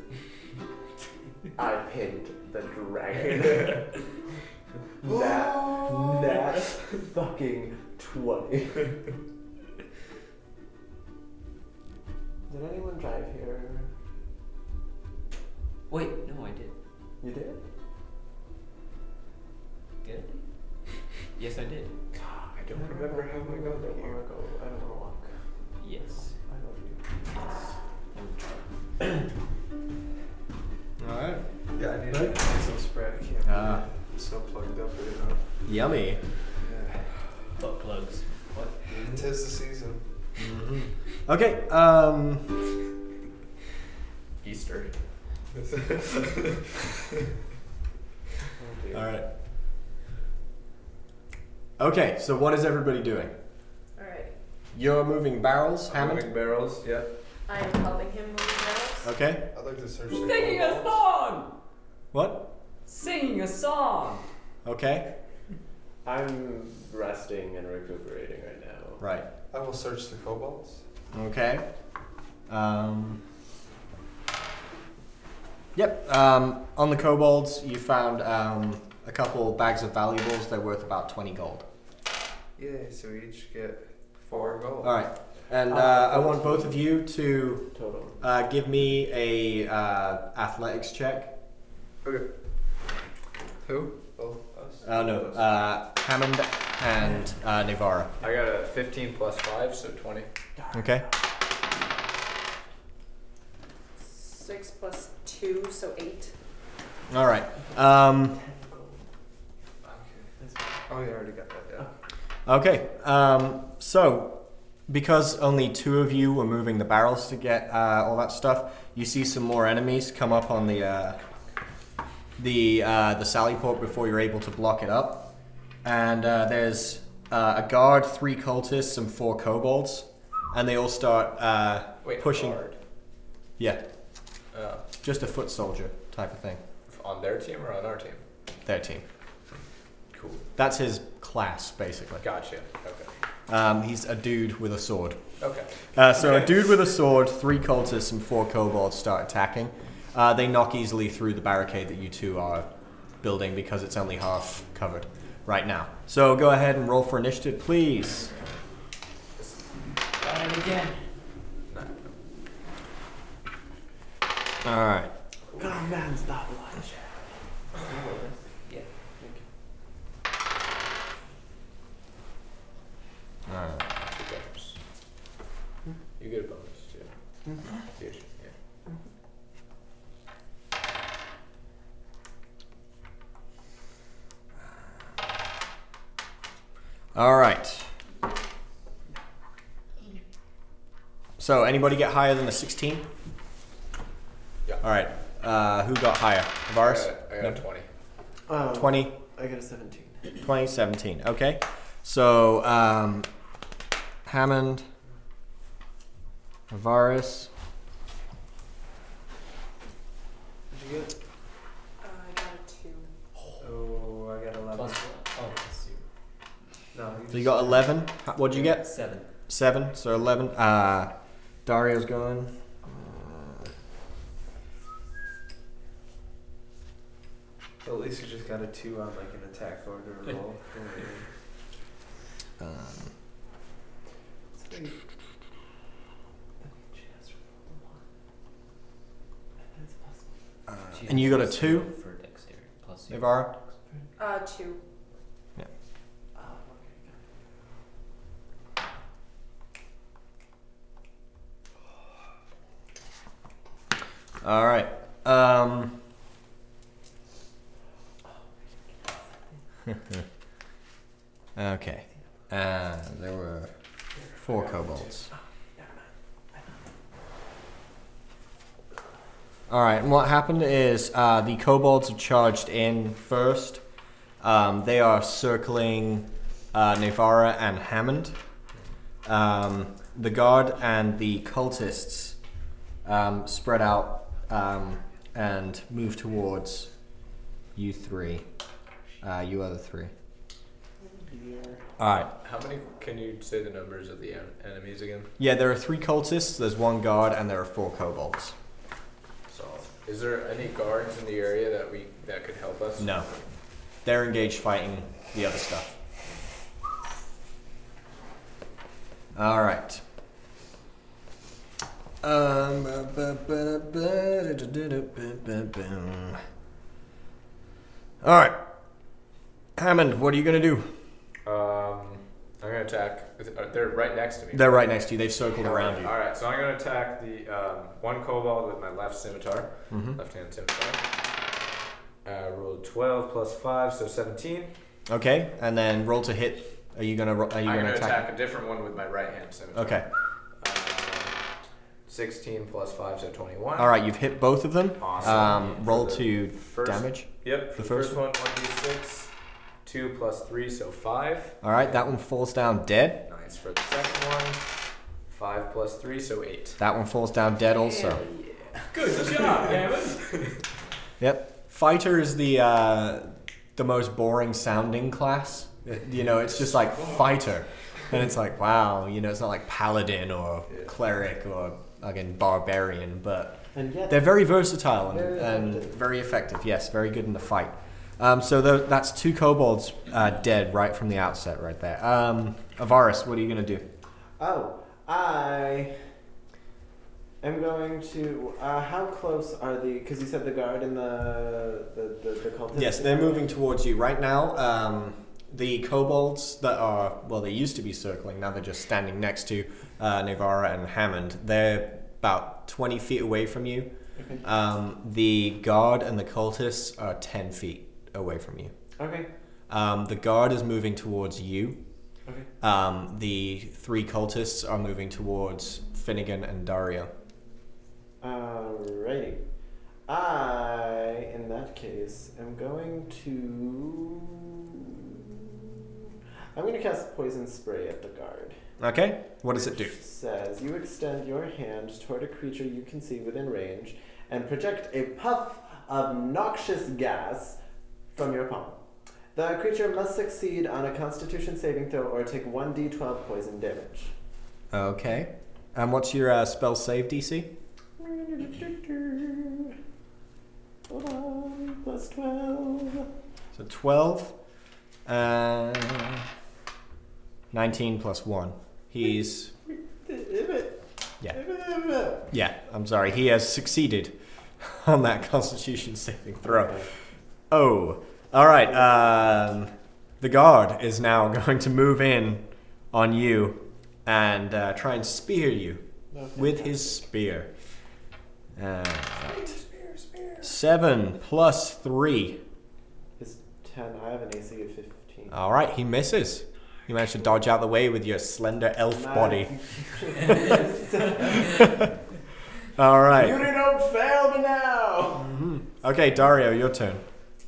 B: I pinned the dragon.
A: <laughs>
B: that that fucking twenty. Did anyone drive here?
G: Wait, no, I did.
B: You did.
G: Did I? <laughs> Yes, I did.
E: I don't remember how I got
B: don't
E: there.
B: want to go. I don't want to walk.
G: Yes.
B: I love you.
G: Yes.
A: All right.
D: Yeah, I need, I need some spray. I can't.
A: Ah.
D: I'm so plugged up right now.
A: Yummy.
D: Yeah.
F: Butt plugs.
D: Tis the season.
A: Mm-hmm. Okay. Um,
E: Easter.
D: <laughs>
B: Oh, dear.
A: all right. Okay. So what is everybody doing?
C: Alright,
A: You're moving barrels, Hammond.
E: Moving barrels, yeah.
C: I am helping him move barrels.
A: Okay.
D: I'd like to search the
G: Singing a
D: cornwalls.
G: song!
A: What?
G: Singing a song!
A: Okay.
B: I'm resting and recuperating right now.
A: Right.
D: I will search the kobolds.
A: Okay. Um, yep. Um, on the kobolds, you found um, a couple bags of valuables. They're worth about 20 gold.
D: Yay, so we each get four gold.
A: All right. And uh, I want both of you to
B: Total.
A: uh, give me a uh, athletics check.
D: Okay. Who? Both us?
A: Oh, no. Uh, Hammond and uh, Navara.
E: I got a 15 plus 5, so 20.
A: Okay.
C: Six plus two, so eight.
A: All right. Um,
D: Okay. Oh, yeah, I already got that, yeah.
A: Okay, um, so because only two of you were moving the barrels to get uh, all that stuff, you see some more enemies come up on the uh, the uh, the sally port before you're able to block it up, and uh, there's uh, a guard, three cultists, and four kobolds, and they all start uh,
E: Wait,
A: pushing.
E: hard.
A: Yeah,
E: Oh.
D: Uh,
A: just a foot soldier type of thing.
E: On their team or on our team?
A: 13.
E: Cool.
A: That's his class, basically.
E: Gotcha. Okay.
A: Um, he's a dude with a sword.
E: Okay.
A: Uh, so a
E: Okay.
A: dude with a sword, three cultists, and four kobolds start attacking. Uh, they knock easily through the barricade that you two are building because it's only half covered right now. So go ahead and roll for initiative, please.
G: Try it again.
A: All right.
B: God, man, stop watching.
G: Yeah.
A: All right.
E: Bonus. You get a bonus too. Dude, yeah.
A: All right. So anybody get higher than a 16?
E: Yeah.
A: All right. Uh, who got higher? Varus?
E: I got, a- I got a twenty. Uh,
B: Um,
A: 20?
B: I got a 17.
A: 2017. Okay. So, um, Hammond, Varus,
D: What'd you get?
C: Uh, I got a two.
D: Oh, I got 11.
G: Plus one. Oh, plus you.
D: No, you
A: so you got 11. H- What'd you get?
G: Seven.
A: Seven. So 11. Uh, Dario's going.
D: At least you just got a 2 on like an attack order
B: <laughs>
D: roll.
A: Um, uh, and you got a two,
G: For dexterity. Plus zero.
A: Ivara.
C: Uh, two.
A: All right. Um, <laughs> okay. Uh, there were four kobolds. All right, and what happened is uh, the kobolds have charged in first. Um, they are circling uh, Navara and Hammond. Um, the guard and the cultists um, spread out um, and move towards you three. Uh, you other three. All right.
E: How many? Can you say the numbers of the en- enemies again?
A: Yeah, there are three cultists. There's one guard, and there are four kobolds.
E: So, is there any guards in the area that we that could help us?
A: No, they're engaged fighting the other stuff. All right. Um, bu- bu- bu- bu- du- du- du- bu- bu- boom. All right, Hammond, what are you gonna do?
E: Um, I'm gonna attack. uh, They're right next to me.
A: They're right next to you. They've circled around you.
E: All right, so I'm gonna attack the um, one kobold with my left scimitar,
A: Mhm.
E: left hand scimitar. Uh, rolled 12 plus 5, so 17.
A: Okay, and then roll to hit. Are you gonna? ro- Are you
E: I'm
A: gonna,
E: gonna
A: attack?
E: attack a different one with my right hand scimitar.
A: Okay.
E: Um, 16 plus 5, so 21.
A: All right, you've hit both of them.
E: Awesome.
A: Um, roll
E: For
A: to
E: First,
A: damage.
E: Yep,
A: The
E: for the
A: first
E: first one, 1d6. 2 plus 3, so 5.
A: All right, that one falls down dead.
E: Nice for the second one. 5 plus 3, so 8.
A: That one falls down dead also.
F: Good
E: <laughs>
F: job, Hammond.
A: Yep. Fighter is the uh, the most boring sounding class. It- You know, it's just like fighter, and it's like wow. You know, it's not like paladin or
E: Yeah.
A: cleric or again barbarian, but
B: And yet,
A: They're very versatile and,
B: Very
A: and
B: effective.
A: very effective. Yes, very good in the fight. Um, so tho- that's two kobolds uh, dead right from the outset, right there. Um, Avaris, what are you gonna do?
B: oh, I am going to. Uh, how close are the? Because you said the guard and the the the, the cultist.
A: Yes, they're moving towards you right now. Um, the kobolds that are well, they used to be circling. Now they're just standing next to uh, Navara and Hammond. They're about twenty feet away from you.
B: Okay.
A: Um, the guard and the cultists are ten feet away from you.
B: Okay.
A: Um, the guard is moving towards you.
B: Okay.
A: Um, the three cultists are moving towards Finnegan and Dario.
B: Alrighty. I, in that case, am going to. I'm going to cast Poison Spray at the guard.
A: Okay, what does it do?
B: Which Says, you extend your hand toward a creature you can see within range and project a puff of noxious gas from your palm. The creature must succeed on a Constitution saving throw or take 1d12 poison damage.
A: Okay. And what's your uh, spell save DC?
B: Hold on, plus 12.
A: So 12. Uh, 19 plus 1. He's. Yeah, I'm sorry. He has succeeded <laughs> on that constitution saving throw. Oh. All right. Um, the guard is now <laughs> going to move in on you and uh, try and spear you with his spear. Uh, Seven plus three.
B: It's 10. I have an AC of 15.
A: All right, he misses. You managed to dodge out the way with your slender elf
B: Nice. <laughs>
A: body. <laughs>
B: you
A: All right.
B: don't fail me now!
A: Mhm. Okay, Dario, your turn.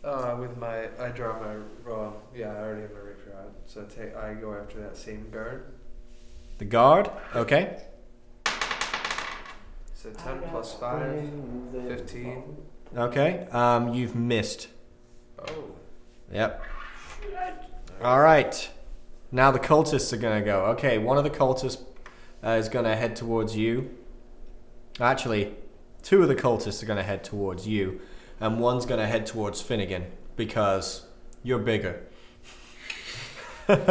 D: Uh, with my, I draw my. Well, yeah, I already have my rapier out, so I take, I go after that same guard.
A: The guard. Okay.
D: So ten plus five. 15.
A: Okay. Um, you've missed.
D: Oh,
A: Yep. All right. Now the cultists are gonna go. Okay, one of the cultists uh, is gonna head towards you. Actually, two of the cultists are gonna head towards you, and one's gonna head towards Finnegan because you're bigger. <laughs> all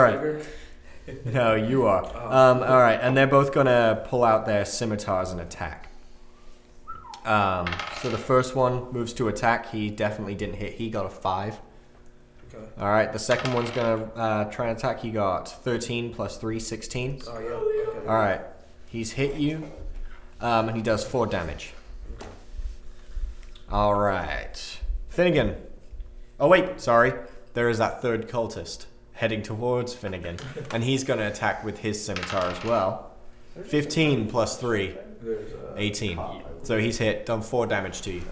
A: right.
D: Bigger?
A: No, you are.
D: Oh.
A: Um, all right, and they're both gonna pull out their scimitars and attack. Um, so the first one moves to attack. He definitely didn't hit. He got a five.
D: Okay.
A: All right, the second one's gonna uh, try and attack. He got 13 plus 3, 16.
D: Oh yeah. Okay.
A: All right, he's hit you, um, and he does four damage. All right, Finnegan. Oh wait, sorry. There is that third cultist heading towards Finnegan, and he's gonna attack with his scimitar as well. 15 plus 3,
D: There's a.
A: 18. So he's hit, done four damage to you.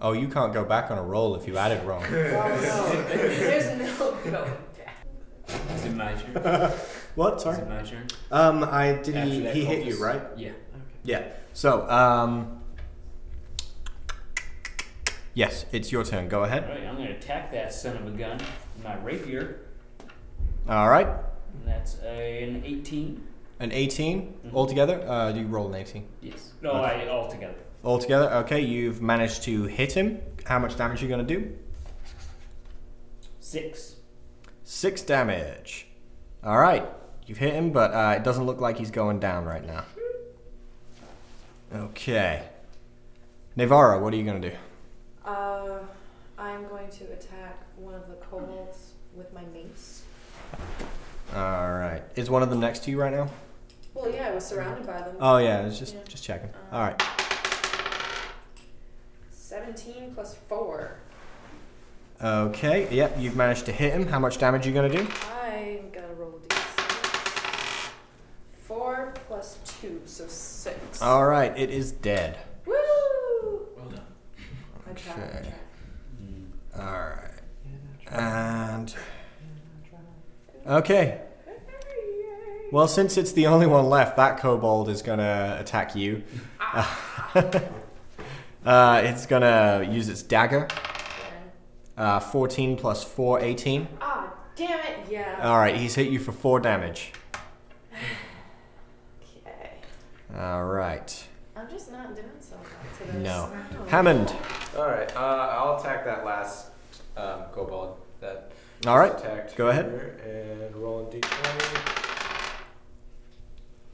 A: Oh, you can't go back on a roll if you added wrong.
C: There's no going back.
G: Is it my turn?
A: What?
G: Is it my turn?
A: Um, I did
G: After
A: he,
G: that
A: he hit
G: cultist.
A: you right?
G: Yeah.
A: Yeah. So, um, yes, it's your turn. Go ahead.
G: Alright, I'm gonna attack that son of a gun with my rapier.
A: All right.
G: And that's a, an 18.
A: An 18
G: Mhm.
A: altogether. Uh, you roll an 18
G: Yes. No, I altogether.
A: altogether. Okay, you've managed to hit him. How much damage are you gonna do?
G: Six.
A: Six damage. All right. You've hit him, but uh, it doesn't look like he's going down right now. Okay. Navarro, what are you gonna do?
C: Uh, I'm going to attack one of the kobolds with my mace.
A: All right. Is one of them next to you right now?
C: Well, yeah, I was surrounded by them.
A: Oh yeah, it's just
C: Yeah.
A: just checking. All right.
C: 17 plus 4.
A: Okay, yep, you've managed to hit him. How much damage are you going to do?
C: I'm gonna roll a d6. 4 plus 2, so 6.
A: All right, it is dead.
C: Woo!
G: Well done.
C: <laughs> I tried,
A: Okay.
C: I tried.
A: All right. And. Okay. Well, since it's the only one left, that kobold is going to attack you. <laughs> uh, it's going to use its dagger. Uh, 14 plus 4, 18.
C: Ah, damn it, yeah.
A: All right, he's hit you for 4 damage.
C: Okay.
A: All right.
C: I'm just not doing so well to this.
A: No. Hammond.
E: All right, uh, I'll attack that last um, kobold that
A: All right.
E: attacked.
A: go ahead.
E: here And roll a d20.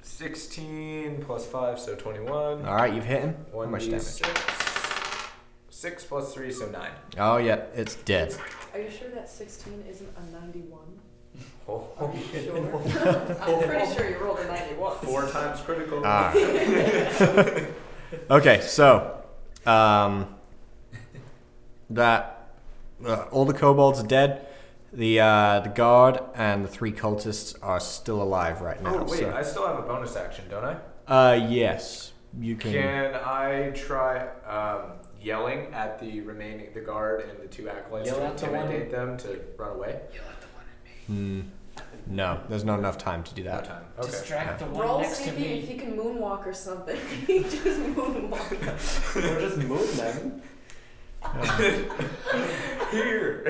E: 16 plus 5, so 21.
A: All right, you've hit him. How
E: One
A: much
E: d
A: damage?
E: Six. six plus 3, so 9.
A: Oh, yeah, it's dead.
C: Are you sure that 16 isn't a 91?
E: Oh,
C: Are you sure? <laughs> I'm pretty sure you rolled a 91.
E: <laughs> Four times critical.
A: Ah. <laughs> okay, so um, that uh, all the kobolds are dead. The uh, the guard and the three cultists are still alive right now.
E: Oh, wait,
A: so-
E: I still have a bonus action, don't I?
A: uh, yes, you can.
E: Can I try um, yelling at the remaining, the guard and the two acolytes
G: Yell
E: to
G: at the one-
E: intimidate them to run away?
A: Hmm, no, there's not enough time to do
E: No
A: that.
E: time. Okay. <laughs>
G: Distract the one
C: Roll
G: next
C: CV
G: to
C: if <laughs>
G: me.
C: you can moonwalk or something. just moonwalk.
B: Or just move them.
G: <laughs>
E: Here.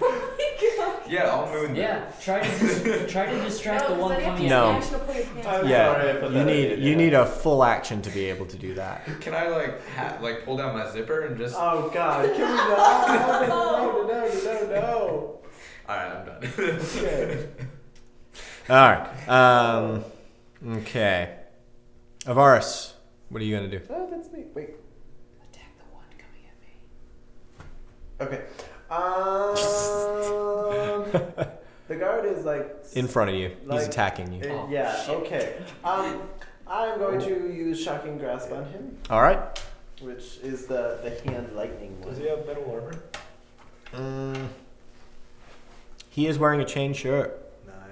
E: Oh
G: Oh
E: yeah, I'll moon them.
G: Yeah, try to
A: <laughs>
G: dis- try to distract the one coming
A: No.
G: at
C: Action to pull your pants
D: I'm
C: down.
A: Yeah,
D: sorry I put
A: You
D: that
A: need
D: idea
A: you
D: down.
A: need a full action to be able to do that.
E: Can I like ha- like pull down my zipper and just?
B: Oh God! Can we not? No! No! No! No! No!
E: All right, I'm done. <laughs>
B: Okay.
A: All right. Um, okay. Avaris, what are you gonna do? <laughs>
B: Oh, that's me. Wait.
C: Attack the one coming at me.
B: Okay. Um, the guard is like
A: In front of you, he's
B: Like-
A: attacking you.
B: Uh,
G: Oh,
B: yeah. Okay. Um, I'm going to use shocking grasp on him,
A: All right.
B: which is the the hand lightning one.
E: have metal armor?
A: Mm, he is wearing a chain shirt.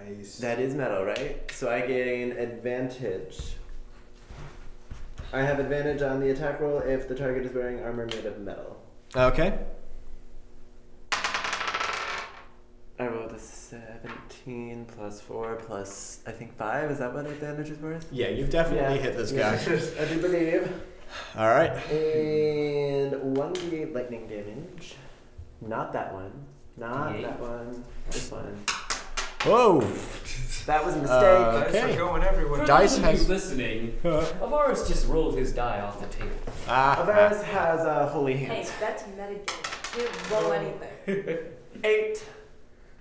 E: Nice.
B: That is metal, right? So I gain advantage. I have advantage on the attack roll if the target is wearing armor made of metal.
A: Okay.
B: I rolled a 17 plus 4 plus, I think, 5. Is that what advantage is worth?
A: Yeah, you've definitely
B: Yeah.
A: hit this
B: Yeah.
A: guy.
B: <laughs> I do believe.
A: <laughs> All right.
B: And 1d8 lightning damage. Not that one. Not
G: 1d8.
B: that one. This one.
A: Whoa. <laughs>
B: That was a mistake.
A: Uh,
E: Dice
A: Okay.
E: are going
G: me.
E: everywhere.
G: For
A: Dice
G: those of
A: has-
G: you listening,
A: ah,
G: Avaris just rolled his die off the table.
A: ah.
B: Avaris has a holy
C: Hey,
B: hand.
C: that's metagame. You didn't roll anything.
E: <laughs>
B: Eight.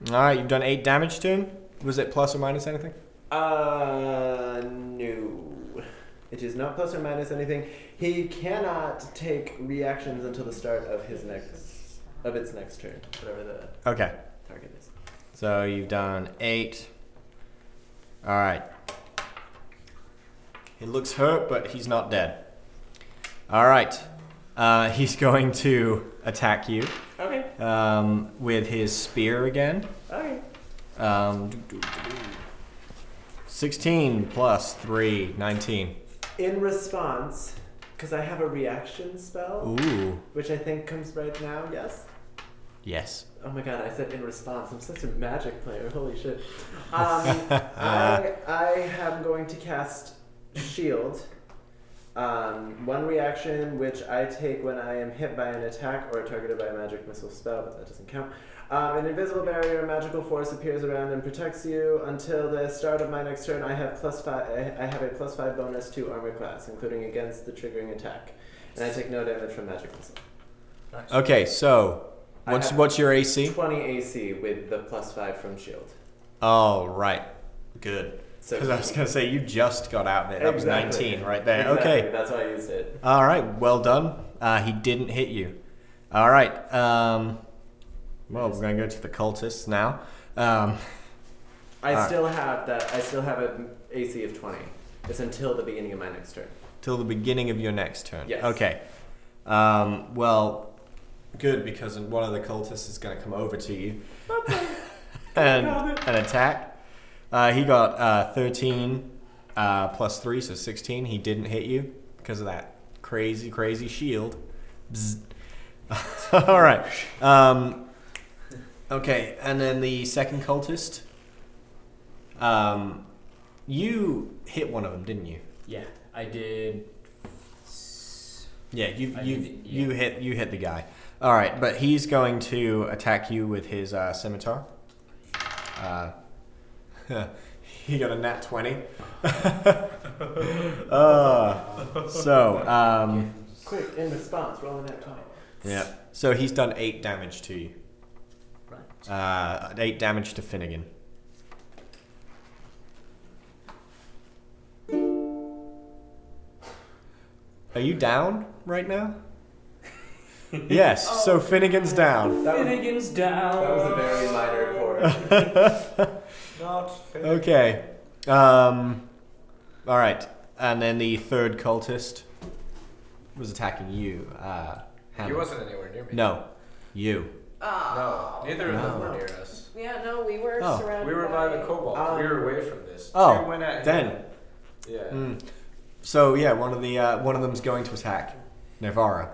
A: All right. You've done eight damage to him. Was it plus or minus anything?
B: Uh, no. It is not plus or minus anything. He cannot take reactions until the start of his next of its next turn, whatever the
A: Okay.
B: target is.
A: So you've done eight. All right. He looks hurt, but he's not dead. All right. Uh, <laughs> he's going to attack you
B: Okay.
A: um, with his spear again.
B: Okay.
A: Um, do, do, do, do. 16 plus 3, 19.
B: In response, because I have a reaction spell,
A: Ooh,
B: which I think comes right now. Yes.
A: yes. <laughs>
B: Oh my god, I said in response. I'm such a magic player. Holy shit. Um,
A: Uh,
B: I, I am going to cast Shield. Um, one reaction, which I take when I am hit by an attack or targeted by a magic missile spell, but that doesn't count. Um, an invisible barrier, of magical force appears around and protects you until the start of my next turn. I have plus five. I I have a plus five bonus to armor class, including against the triggering attack, and I take no damage from magic missile.
A: Okay, so
B: I
A: what's,
B: have-
A: what's your AC?
B: 20 AC with the plus 5 from shield.
A: Oh, right. Good.
B: So
A: Because I was going to say, you just got out of it. That was
B: Exactly.
A: 19 right there.
B: Exactly,
A: Okay.
B: That's why I used it.
A: All right, well done. Uh, he didn't hit you. All right. Um, well, we're gonna go to the cultists now. Um, <laughs>
B: I
A: Alright.
B: still have that. I still have an AC of 20. It's until the beginning of my next turn.
A: till the beginning of your next turn.
B: Yes.
A: Okay. Um, well, good because one of the cultists is gonna come over to you <laughs> and an attack. Uh, he got uh, thirteen uh, plus three, so sixteen. He didn't hit you because of that crazy, crazy shield. Bzz. <laughs> All right. Um, okay, and then the second cultist. Um, you hit one of them, didn't you?
G: Yeah, I did. s-
A: Yeah, you
G: I
A: you
G: did, yeah.
A: you hit you hit the guy. All right, but he's going to attack you with his uh, scimitar. Uh, <laughs> he got a nat twenty. <laughs> uh, so um,
B: Quick, in response, rolling that 20.
A: yeah, so he's done eight damage to you.
G: Right.
A: Uh, eight damage to Finnegan. Are you down right
E: <laughs>
A: now? yes,
E: Oh.
A: so Finnegan's down. <laughs>
B: That was,
G: Finnegan's
B: that was
G: down.
B: a very minor chord.
E: Not fair.
A: Okay. Um, all right. And then the third cultist was attacking you. Uh,
E: He
A: Hannah.
E: wasn't anywhere near me.
A: No, you.
E: No.
C: Oh.
E: Neither of
B: No.
E: them were near us.
C: Yeah, no, we were
A: Oh.
C: surrounded
E: We were by the cobalt. we
B: Um,
E: were away from this.
A: Oh,
E: Two went at him.
A: Then.
E: Yeah.
A: Mm. So yeah, one of the uh, one of them's going to attack Navara.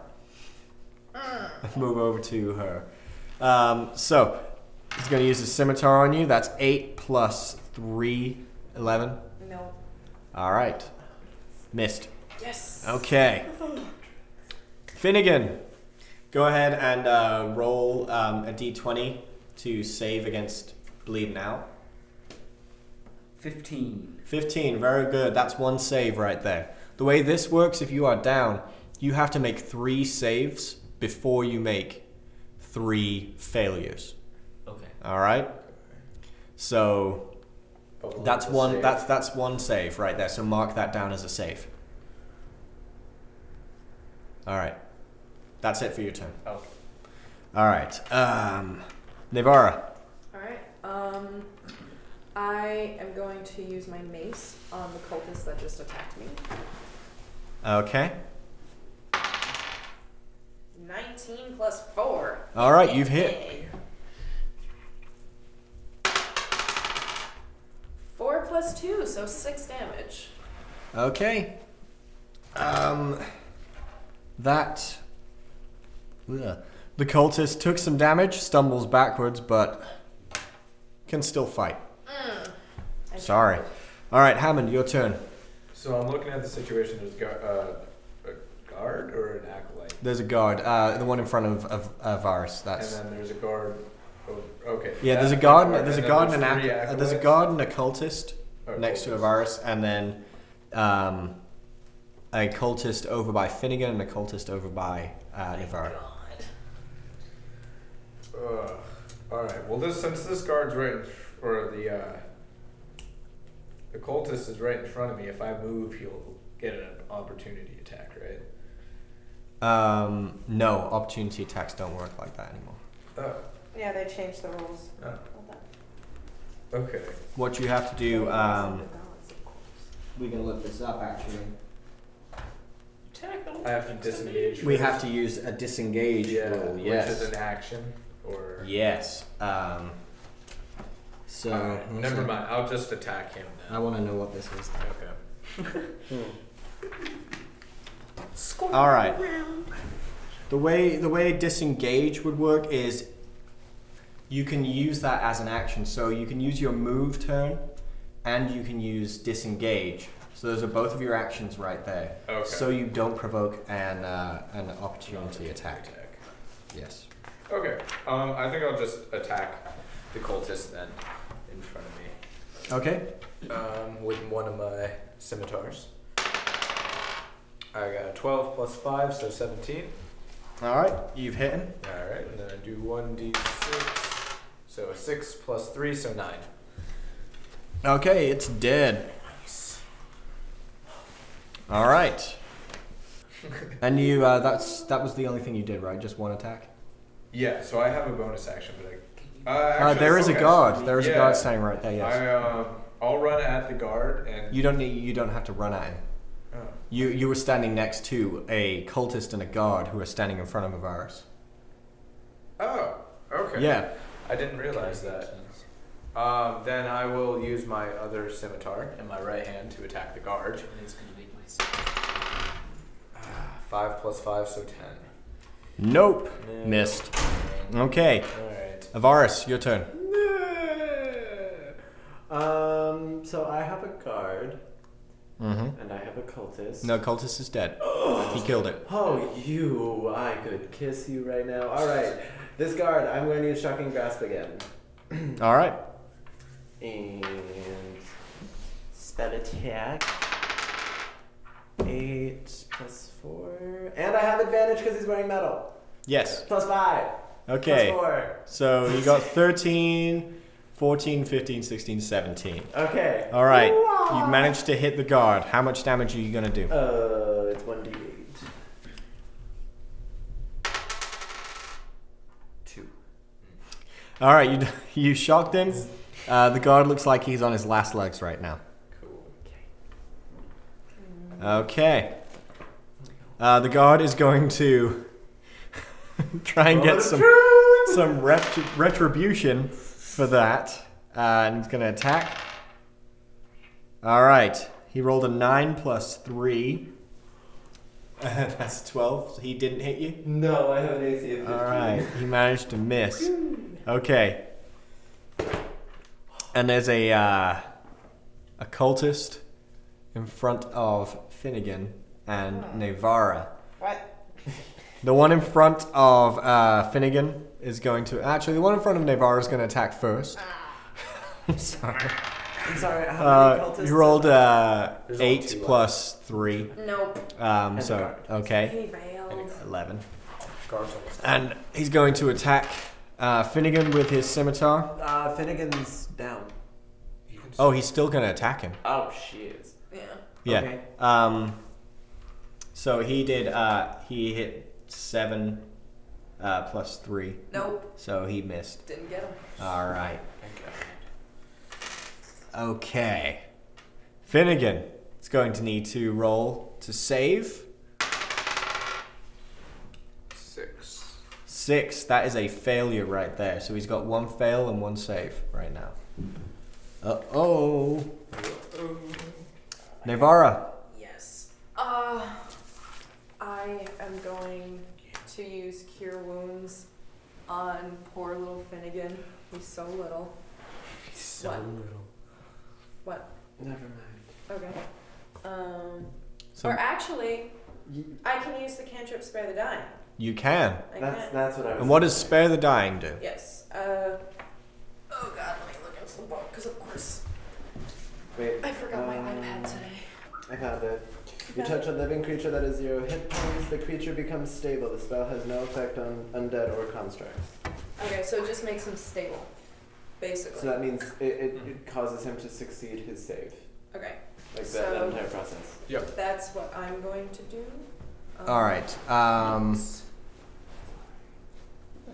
C: Mm.
A: Move over to her. Um, so he's going to use his scimitar on you. That's eight plus three, eleven.
C: No.
A: All right, missed.
C: Yes.
A: Okay. Finnegan, Go ahead and uh, roll um, a d20 to save against bleeding out.
G: 15.
A: 15, very good. That's one save right there. The way this works, if you are down, you have to make three saves before you make three failures.
G: Okay.
A: All right. So
B: But we'll
A: that's
B: have to
A: one.
B: save.
A: That's that's one save right there. So mark that down as a save. All right. That's it for your turn.
G: Okay.
A: All right. Um, Nivara.
C: All right. Um, I am going to use my mace on the cultist that just attacked me.
A: Okay.
C: 19 plus 4.
A: All right. You've hit.
C: Four plus two, so six damage.
A: Okay. Um, that. Ugh. The cultist took some damage, stumbles backwards, but can still fight.
C: Mm. I-
A: Sorry. All right, Hammond, your turn.
E: So I'm looking at the situation. There's gu- uh, a guard or an acolyte,
A: There's a guard, uh, the one in front of of, of Varus. That's
E: and then there's a guard. Oh, okay.
A: yeah. There's a
E: that's
A: guard.
E: guard,
A: There's a
E: and
A: guard and
E: then
A: an ac-
E: there's three
A: uh, there's a
E: acolytes.
A: guard and a cultist
E: Oh,
A: next to
E: cultists.
A: Avaris, and then um, a cultist over by Finnegan and a cultist over by uh, Navarre.
C: Oh
E: Ugh. All right. Well, this since this guard's right, in, or the uh, the cultist is right in front of me. If I move, he'll get an opportunity attack, right?
A: Um, no, opportunity attacks don't work like that anymore.
E: Oh.
C: Yeah, they changed the rules.
E: oh. Okay.
A: What you have to do, um, we can look this up actually.
E: I have to disengage.
A: We
E: first.
A: have to use a disengage
E: Yeah.
A: rule.
E: Which
A: Yes.
E: is an action or.
A: Yes. Um, so
E: All right, never mind. I'll just attack him
A: I
E: now.
A: want to know what this is.
E: Okay.
A: All right. The way the way disengage would work is you can use that as an action. So you can use your move turn and you can use disengage. So those are both of your actions right there.
E: Okay.
A: So you don't provoke an uh, an opportunity attack. Yes.
E: Okay. Um, I think I'll just attack the cultist then, in front of me.
A: Okay.
E: um, with one of my scimitars. I got a 12 plus 5, so 17.
A: All right. You've hit him.
E: Alright, and then I do 1d6. So a 6 plus 3, so 9.
A: Okay, it's dead. All
E: <laughs>
A: right. and you uh, that's that was the only thing you did, right? Just one attack.
E: Yeah, so I have a bonus action, but I. Uh,
A: Uh,
E: actually,
A: there is a
E: okay.
A: guard. There is a guard
E: Yeah.
A: standing right there. Yes.
E: I, um, I'll run at the guard and.
A: You don't need. You don't have to run at him.
E: Oh,
A: You you were standing next to a cultist and a guard who are standing in front of a virus.
E: Oh, okay.
A: Yeah.
E: I didn't realize that. Um, then I will use my other scimitar in my right hand to attack the guard.
G: Which one is going to make my
E: Ah, 5 plus 5, so 10.
A: Nope.
E: No.
A: Missed. Okay.
E: Alright.
A: Avaris, your turn.
B: Um, so I have a guard
A: Mm-hmm.
B: and I have a cultist.
A: No, cultist is dead. He killed it.
B: Oh, you! I could kiss you right now. All right, this guard. I'm going to use shocking grasp again,
A: All right.
B: and spell attack. Eight plus four, and I have advantage because he's wearing metal.
A: Yes.
B: Plus five.
A: Okay.
B: Plus four.
A: So you got 13, 14, 15, 16, 17.
B: Okay.
A: All right. You managed to hit the guard. How much damage are you gonna do?
B: Uh, it's one d eight.
E: Two.
A: All right. You <laughs> d- you shocked him. Uh, the guard looks like he's on his last legs right now.
E: Cool.
A: Okay. Uh, the guard is going to <laughs> try and get some some ret- retribution for that, uh, and he's going to attack. All right, he rolled a nine plus three. <laughs> That's twelve. So he didn't hit you.
B: No, I have an AC of fifteen.
A: All right, he managed to miss. Okay. And there's a uh, a cultist in front of Finnegan and Navara.
C: What?
A: The one in front of uh, Finnegan is going to. Actually, the one in front of Navarre is going to attack first.
C: Oh.
A: <laughs>
C: Ah.
A: I'm sorry.
B: I'm sorry. How many
A: Uh,
B: cultists
A: you rolled
B: are
A: uh,
E: There's only two
A: 8
E: left.
A: plus 3.
C: Nope.
A: Um,
B: And
A: so,
B: guard.
A: okay.
C: He failed.
A: 11.
D: Guards
A: And he's going to attack uh, Finnegan with his scimitar.
B: there? Uh, Finnegan's down.
A: Oh, he's still going to attack him.
B: Oh, she is.
C: Yeah.
A: Yeah.
B: Okay.
A: Um, so he did. Uh, he hit seven uh, plus three,
C: Nope.
A: so he missed.
C: Didn't get him.
A: All right. Okay. Finnegan is going to need to roll to save.
E: Six.
A: Six. That is a failure right there. So he's got one fail and one save right now. Uh oh. Navara.
C: Yes. Uh, I am going to use Cure Wounds on poor little Finnegan. He's so little.
B: So
C: What?
B: little.
C: What?
B: Never mind.
C: Okay. Um,
A: So
C: or actually,
B: You-
C: I can use the cantrip Spare the Dying.
A: you can.
C: I
B: That's
C: can.
B: that's what I was.
A: And what does spare the dying do?
C: Yes. Uh, oh god, let me look into the book, because of course
B: Wait.
C: I forgot my
B: um,
C: iPad today.
B: I found it. You touch a living creature that has zero hit points. The creature becomes stable. The spell has no effect on undead or constructs.
C: Okay, so it just makes him stable, basically.
B: So that means it, it, it causes him to succeed his save.
C: okay,
B: Like that, that
C: So-
B: entire process.
C: that's what I'm going to do. Um,
A: All right. Um,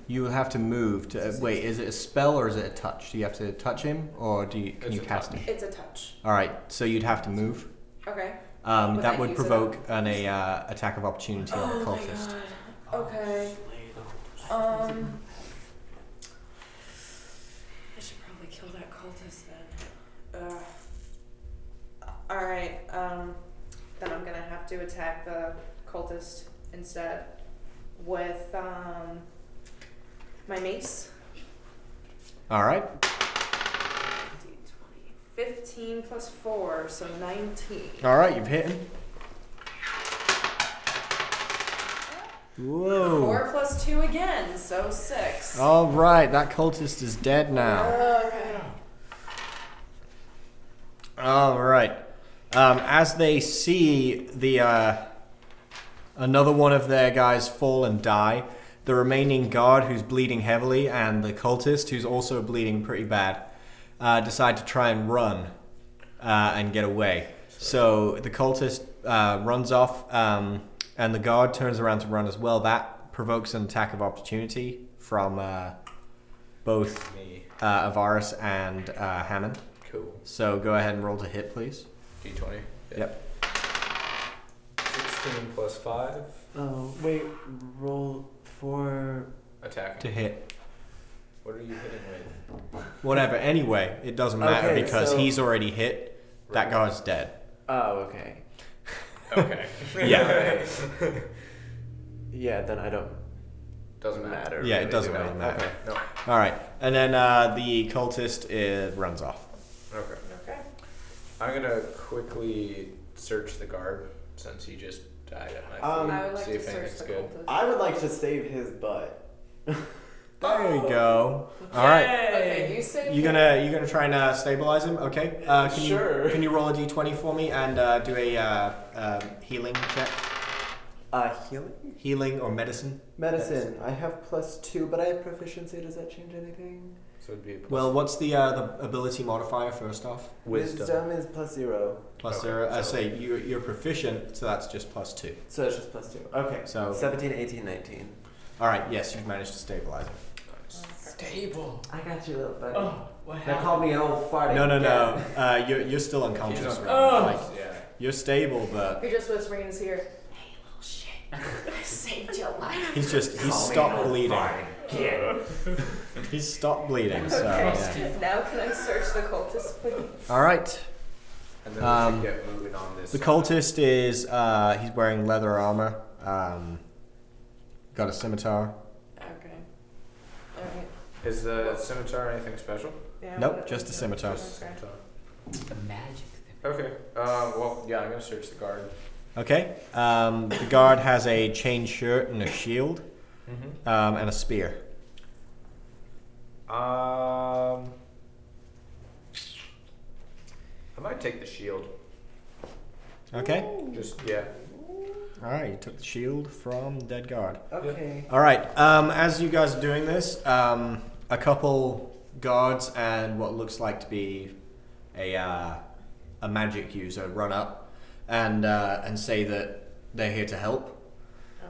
A: you will have to move to. Uh, wait, is it a spell or is it a touch? Do you have to touch him, or do you, can
E: It's
A: you
E: a
A: cast him?
C: It's a touch.
A: All right. So you'd have to move.
C: Okay.
A: Um,
C: Would
A: that
C: I
A: would
C: use it
A: provoke an a, uh, attack of opportunity on a cultist.
C: Oh god. Okay. Um. I should probably kill that cultist then. Uh, all right. Um. Then I'm gonna have to attack the cultist instead with um my mace.
A: All right.
C: D20. Fifteen plus four, so nineteen.
A: All right. You've hit him. Whoa.
C: Four plus two again, so six.
A: All right. That cultist is dead now.
C: Okay.
A: All right. Um, as they see the uh, another one of their guys fall and die, the remaining guard who's bleeding heavily and the cultist who's also bleeding pretty bad uh, decide to try and run uh, and get away. So the cultist uh, runs off, um, and the guard turns around to run as well. That provokes an attack of opportunity from uh, both
E: Me.
A: uh, Avaris and uh, Hammond.
E: Cool.
A: So go ahead and roll to hit, please.
E: D20.
A: Yep.
E: 16 plus 5.
B: Oh wait, roll for
E: Attack.
A: To hit.
E: What are you hitting with?
A: Whatever. Anyway, it doesn't matter
B: Okay,
A: because
B: so-
A: he's already hit. That guy's dead.
B: Oh okay.
E: <laughs> Okay. <laughs>
A: Yeah.
B: Yeah, then I don't
E: doesn't matter.
B: matter.
A: Yeah, it
B: really,
A: doesn't
B: do I?
A: really matter.
B: Okay.
E: No.
A: <laughs> All right, and then uh, the cultist uh, runs off.
E: Okay.
C: Okay.
E: I'm gonna quickly search the guard since he just died at my feet.
B: Um,
C: I would like
E: see
C: to
E: if
C: search
E: anything's
C: the
E: good.
C: cultist.
B: I would like to save his butt.
A: There
B: Oh.
A: you go. All right,
C: Okay, you said
A: you gonna you gonna try and uh, stabilize him, okay? Uh, can
B: Sure.
A: You, can you roll a d20 for me and uh, do a uh, um, healing check,
B: Uh, healing?
A: healing or medicine?
B: Medicine. I have plus two, but I have proficiency. Does that change anything?
E: So it'd be a plus
A: Well, what's the uh, the ability modifier first off?
B: Wisdom is plus zero,
A: Plus
E: Okay,
A: zero. I
E: so-
A: say you you're proficient, so that's just plus two.
B: so it's just plus two. Okay.
A: So-
B: 17, 18, 19.
A: All right. Yes, you've managed to stabilize him.
G: Stable.
B: I got you, little buddy.
G: Oh, what
B: Now
G: happened?
B: call me an old farting.
A: No, no, no.
B: cat.
A: Uh, you're, you're still
E: He's
A: unconscious.
E: not
A: Right?
G: Oh.
A: Like,
E: yeah.
A: you're stable, but
C: You're just whispering in his ear. Hey, little shit. I saved your life.
A: he's just he's
B: Call me an
A: stopped
B: old
A: bleeding.
B: farting cat.
A: He's stopped bleeding. So
E: uh,
A: yeah.
C: Now can I search the cultist, please?
A: all right.
E: And then
A: Um,
E: we should get moving on this.
A: The cultist is uh, he's wearing leather armor. Um, got a scimitar.
C: Okay. All right.
E: Is the scimitar anything special?
C: Yeah,
A: Nope,
C: what-
A: just a scimitar.
C: Okay.
E: Scimitar.
G: The magic.
E: Okay. Um, well, yeah, I'm gonna search the guard.
A: Okay. Um, the guard has a chain shirt and a shield
E: Mm-hmm.
A: um, and a spear.
E: Um, I might take the shield.
A: Okay.
E: Just yeah.
A: All right. You took the shield from dead guard.
B: Okay.
A: All right. Um, as you guys are doing this, um, a couple guards and what looks like to be a uh, a magic user run up and uh, and say that they're here to help.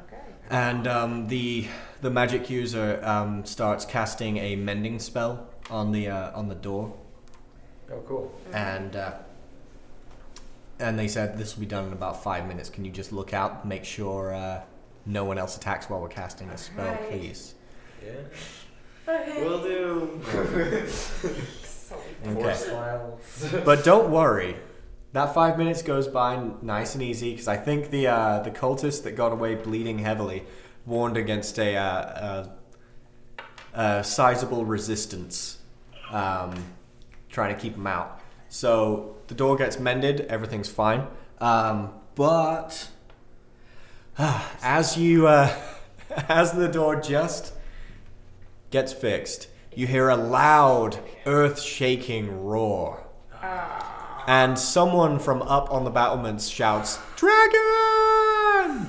C: Okay.
A: And um, the the magic user um, starts casting a mending spell on the uh, on the door,
E: Oh, cool.
A: and uh, and they said this will be done in about five minutes. Can you just look out, make sure uh, no one else attacks while we're casting this spell,
C: Alright.
A: please?
E: Yeah.
C: Okay.
B: Will do.
A: Okay.
E: smiles.
A: But don't worry, that five minutes goes by n- nice and easy because I think the uh, the cultist that got away bleeding heavily warned against a, uh, a, a sizable resistance, um, trying to keep him out. So the door gets mended, everything's fine. Um, but <sighs> as you uh, <laughs> as the door just gets fixed, you hear a loud, earth-shaking roar and someone from up on the battlements shouts, "Dragon!"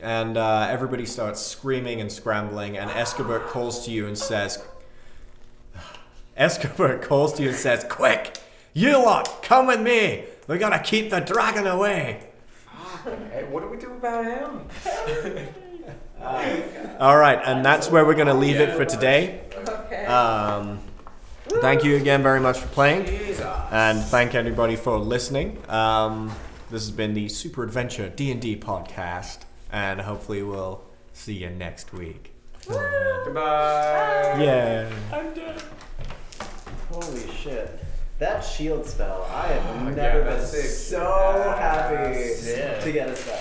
A: And uh, everybody starts screaming and scrambling, and Escobert calls to you and says, <sighs> Escobert calls to you and says, "Quick, you lot, come with me. We gotta keep the dragon away."
E: hey, what do we do about him?
A: All right, and that's where we're gonna leave it for today.
C: Okay.
A: Um, thank you again very much for playing. and thank everybody for listening. Um, this has been the Super Adventure D and D podcast, and hopefully we'll see you next week.
E: Goodbye.
A: Yeah.
F: I'm dead.
B: Holy shit. That shield spell, I have
E: yeah,
B: never been
E: that's sick.
B: so happy
E: That's sick.
B: to get a spell.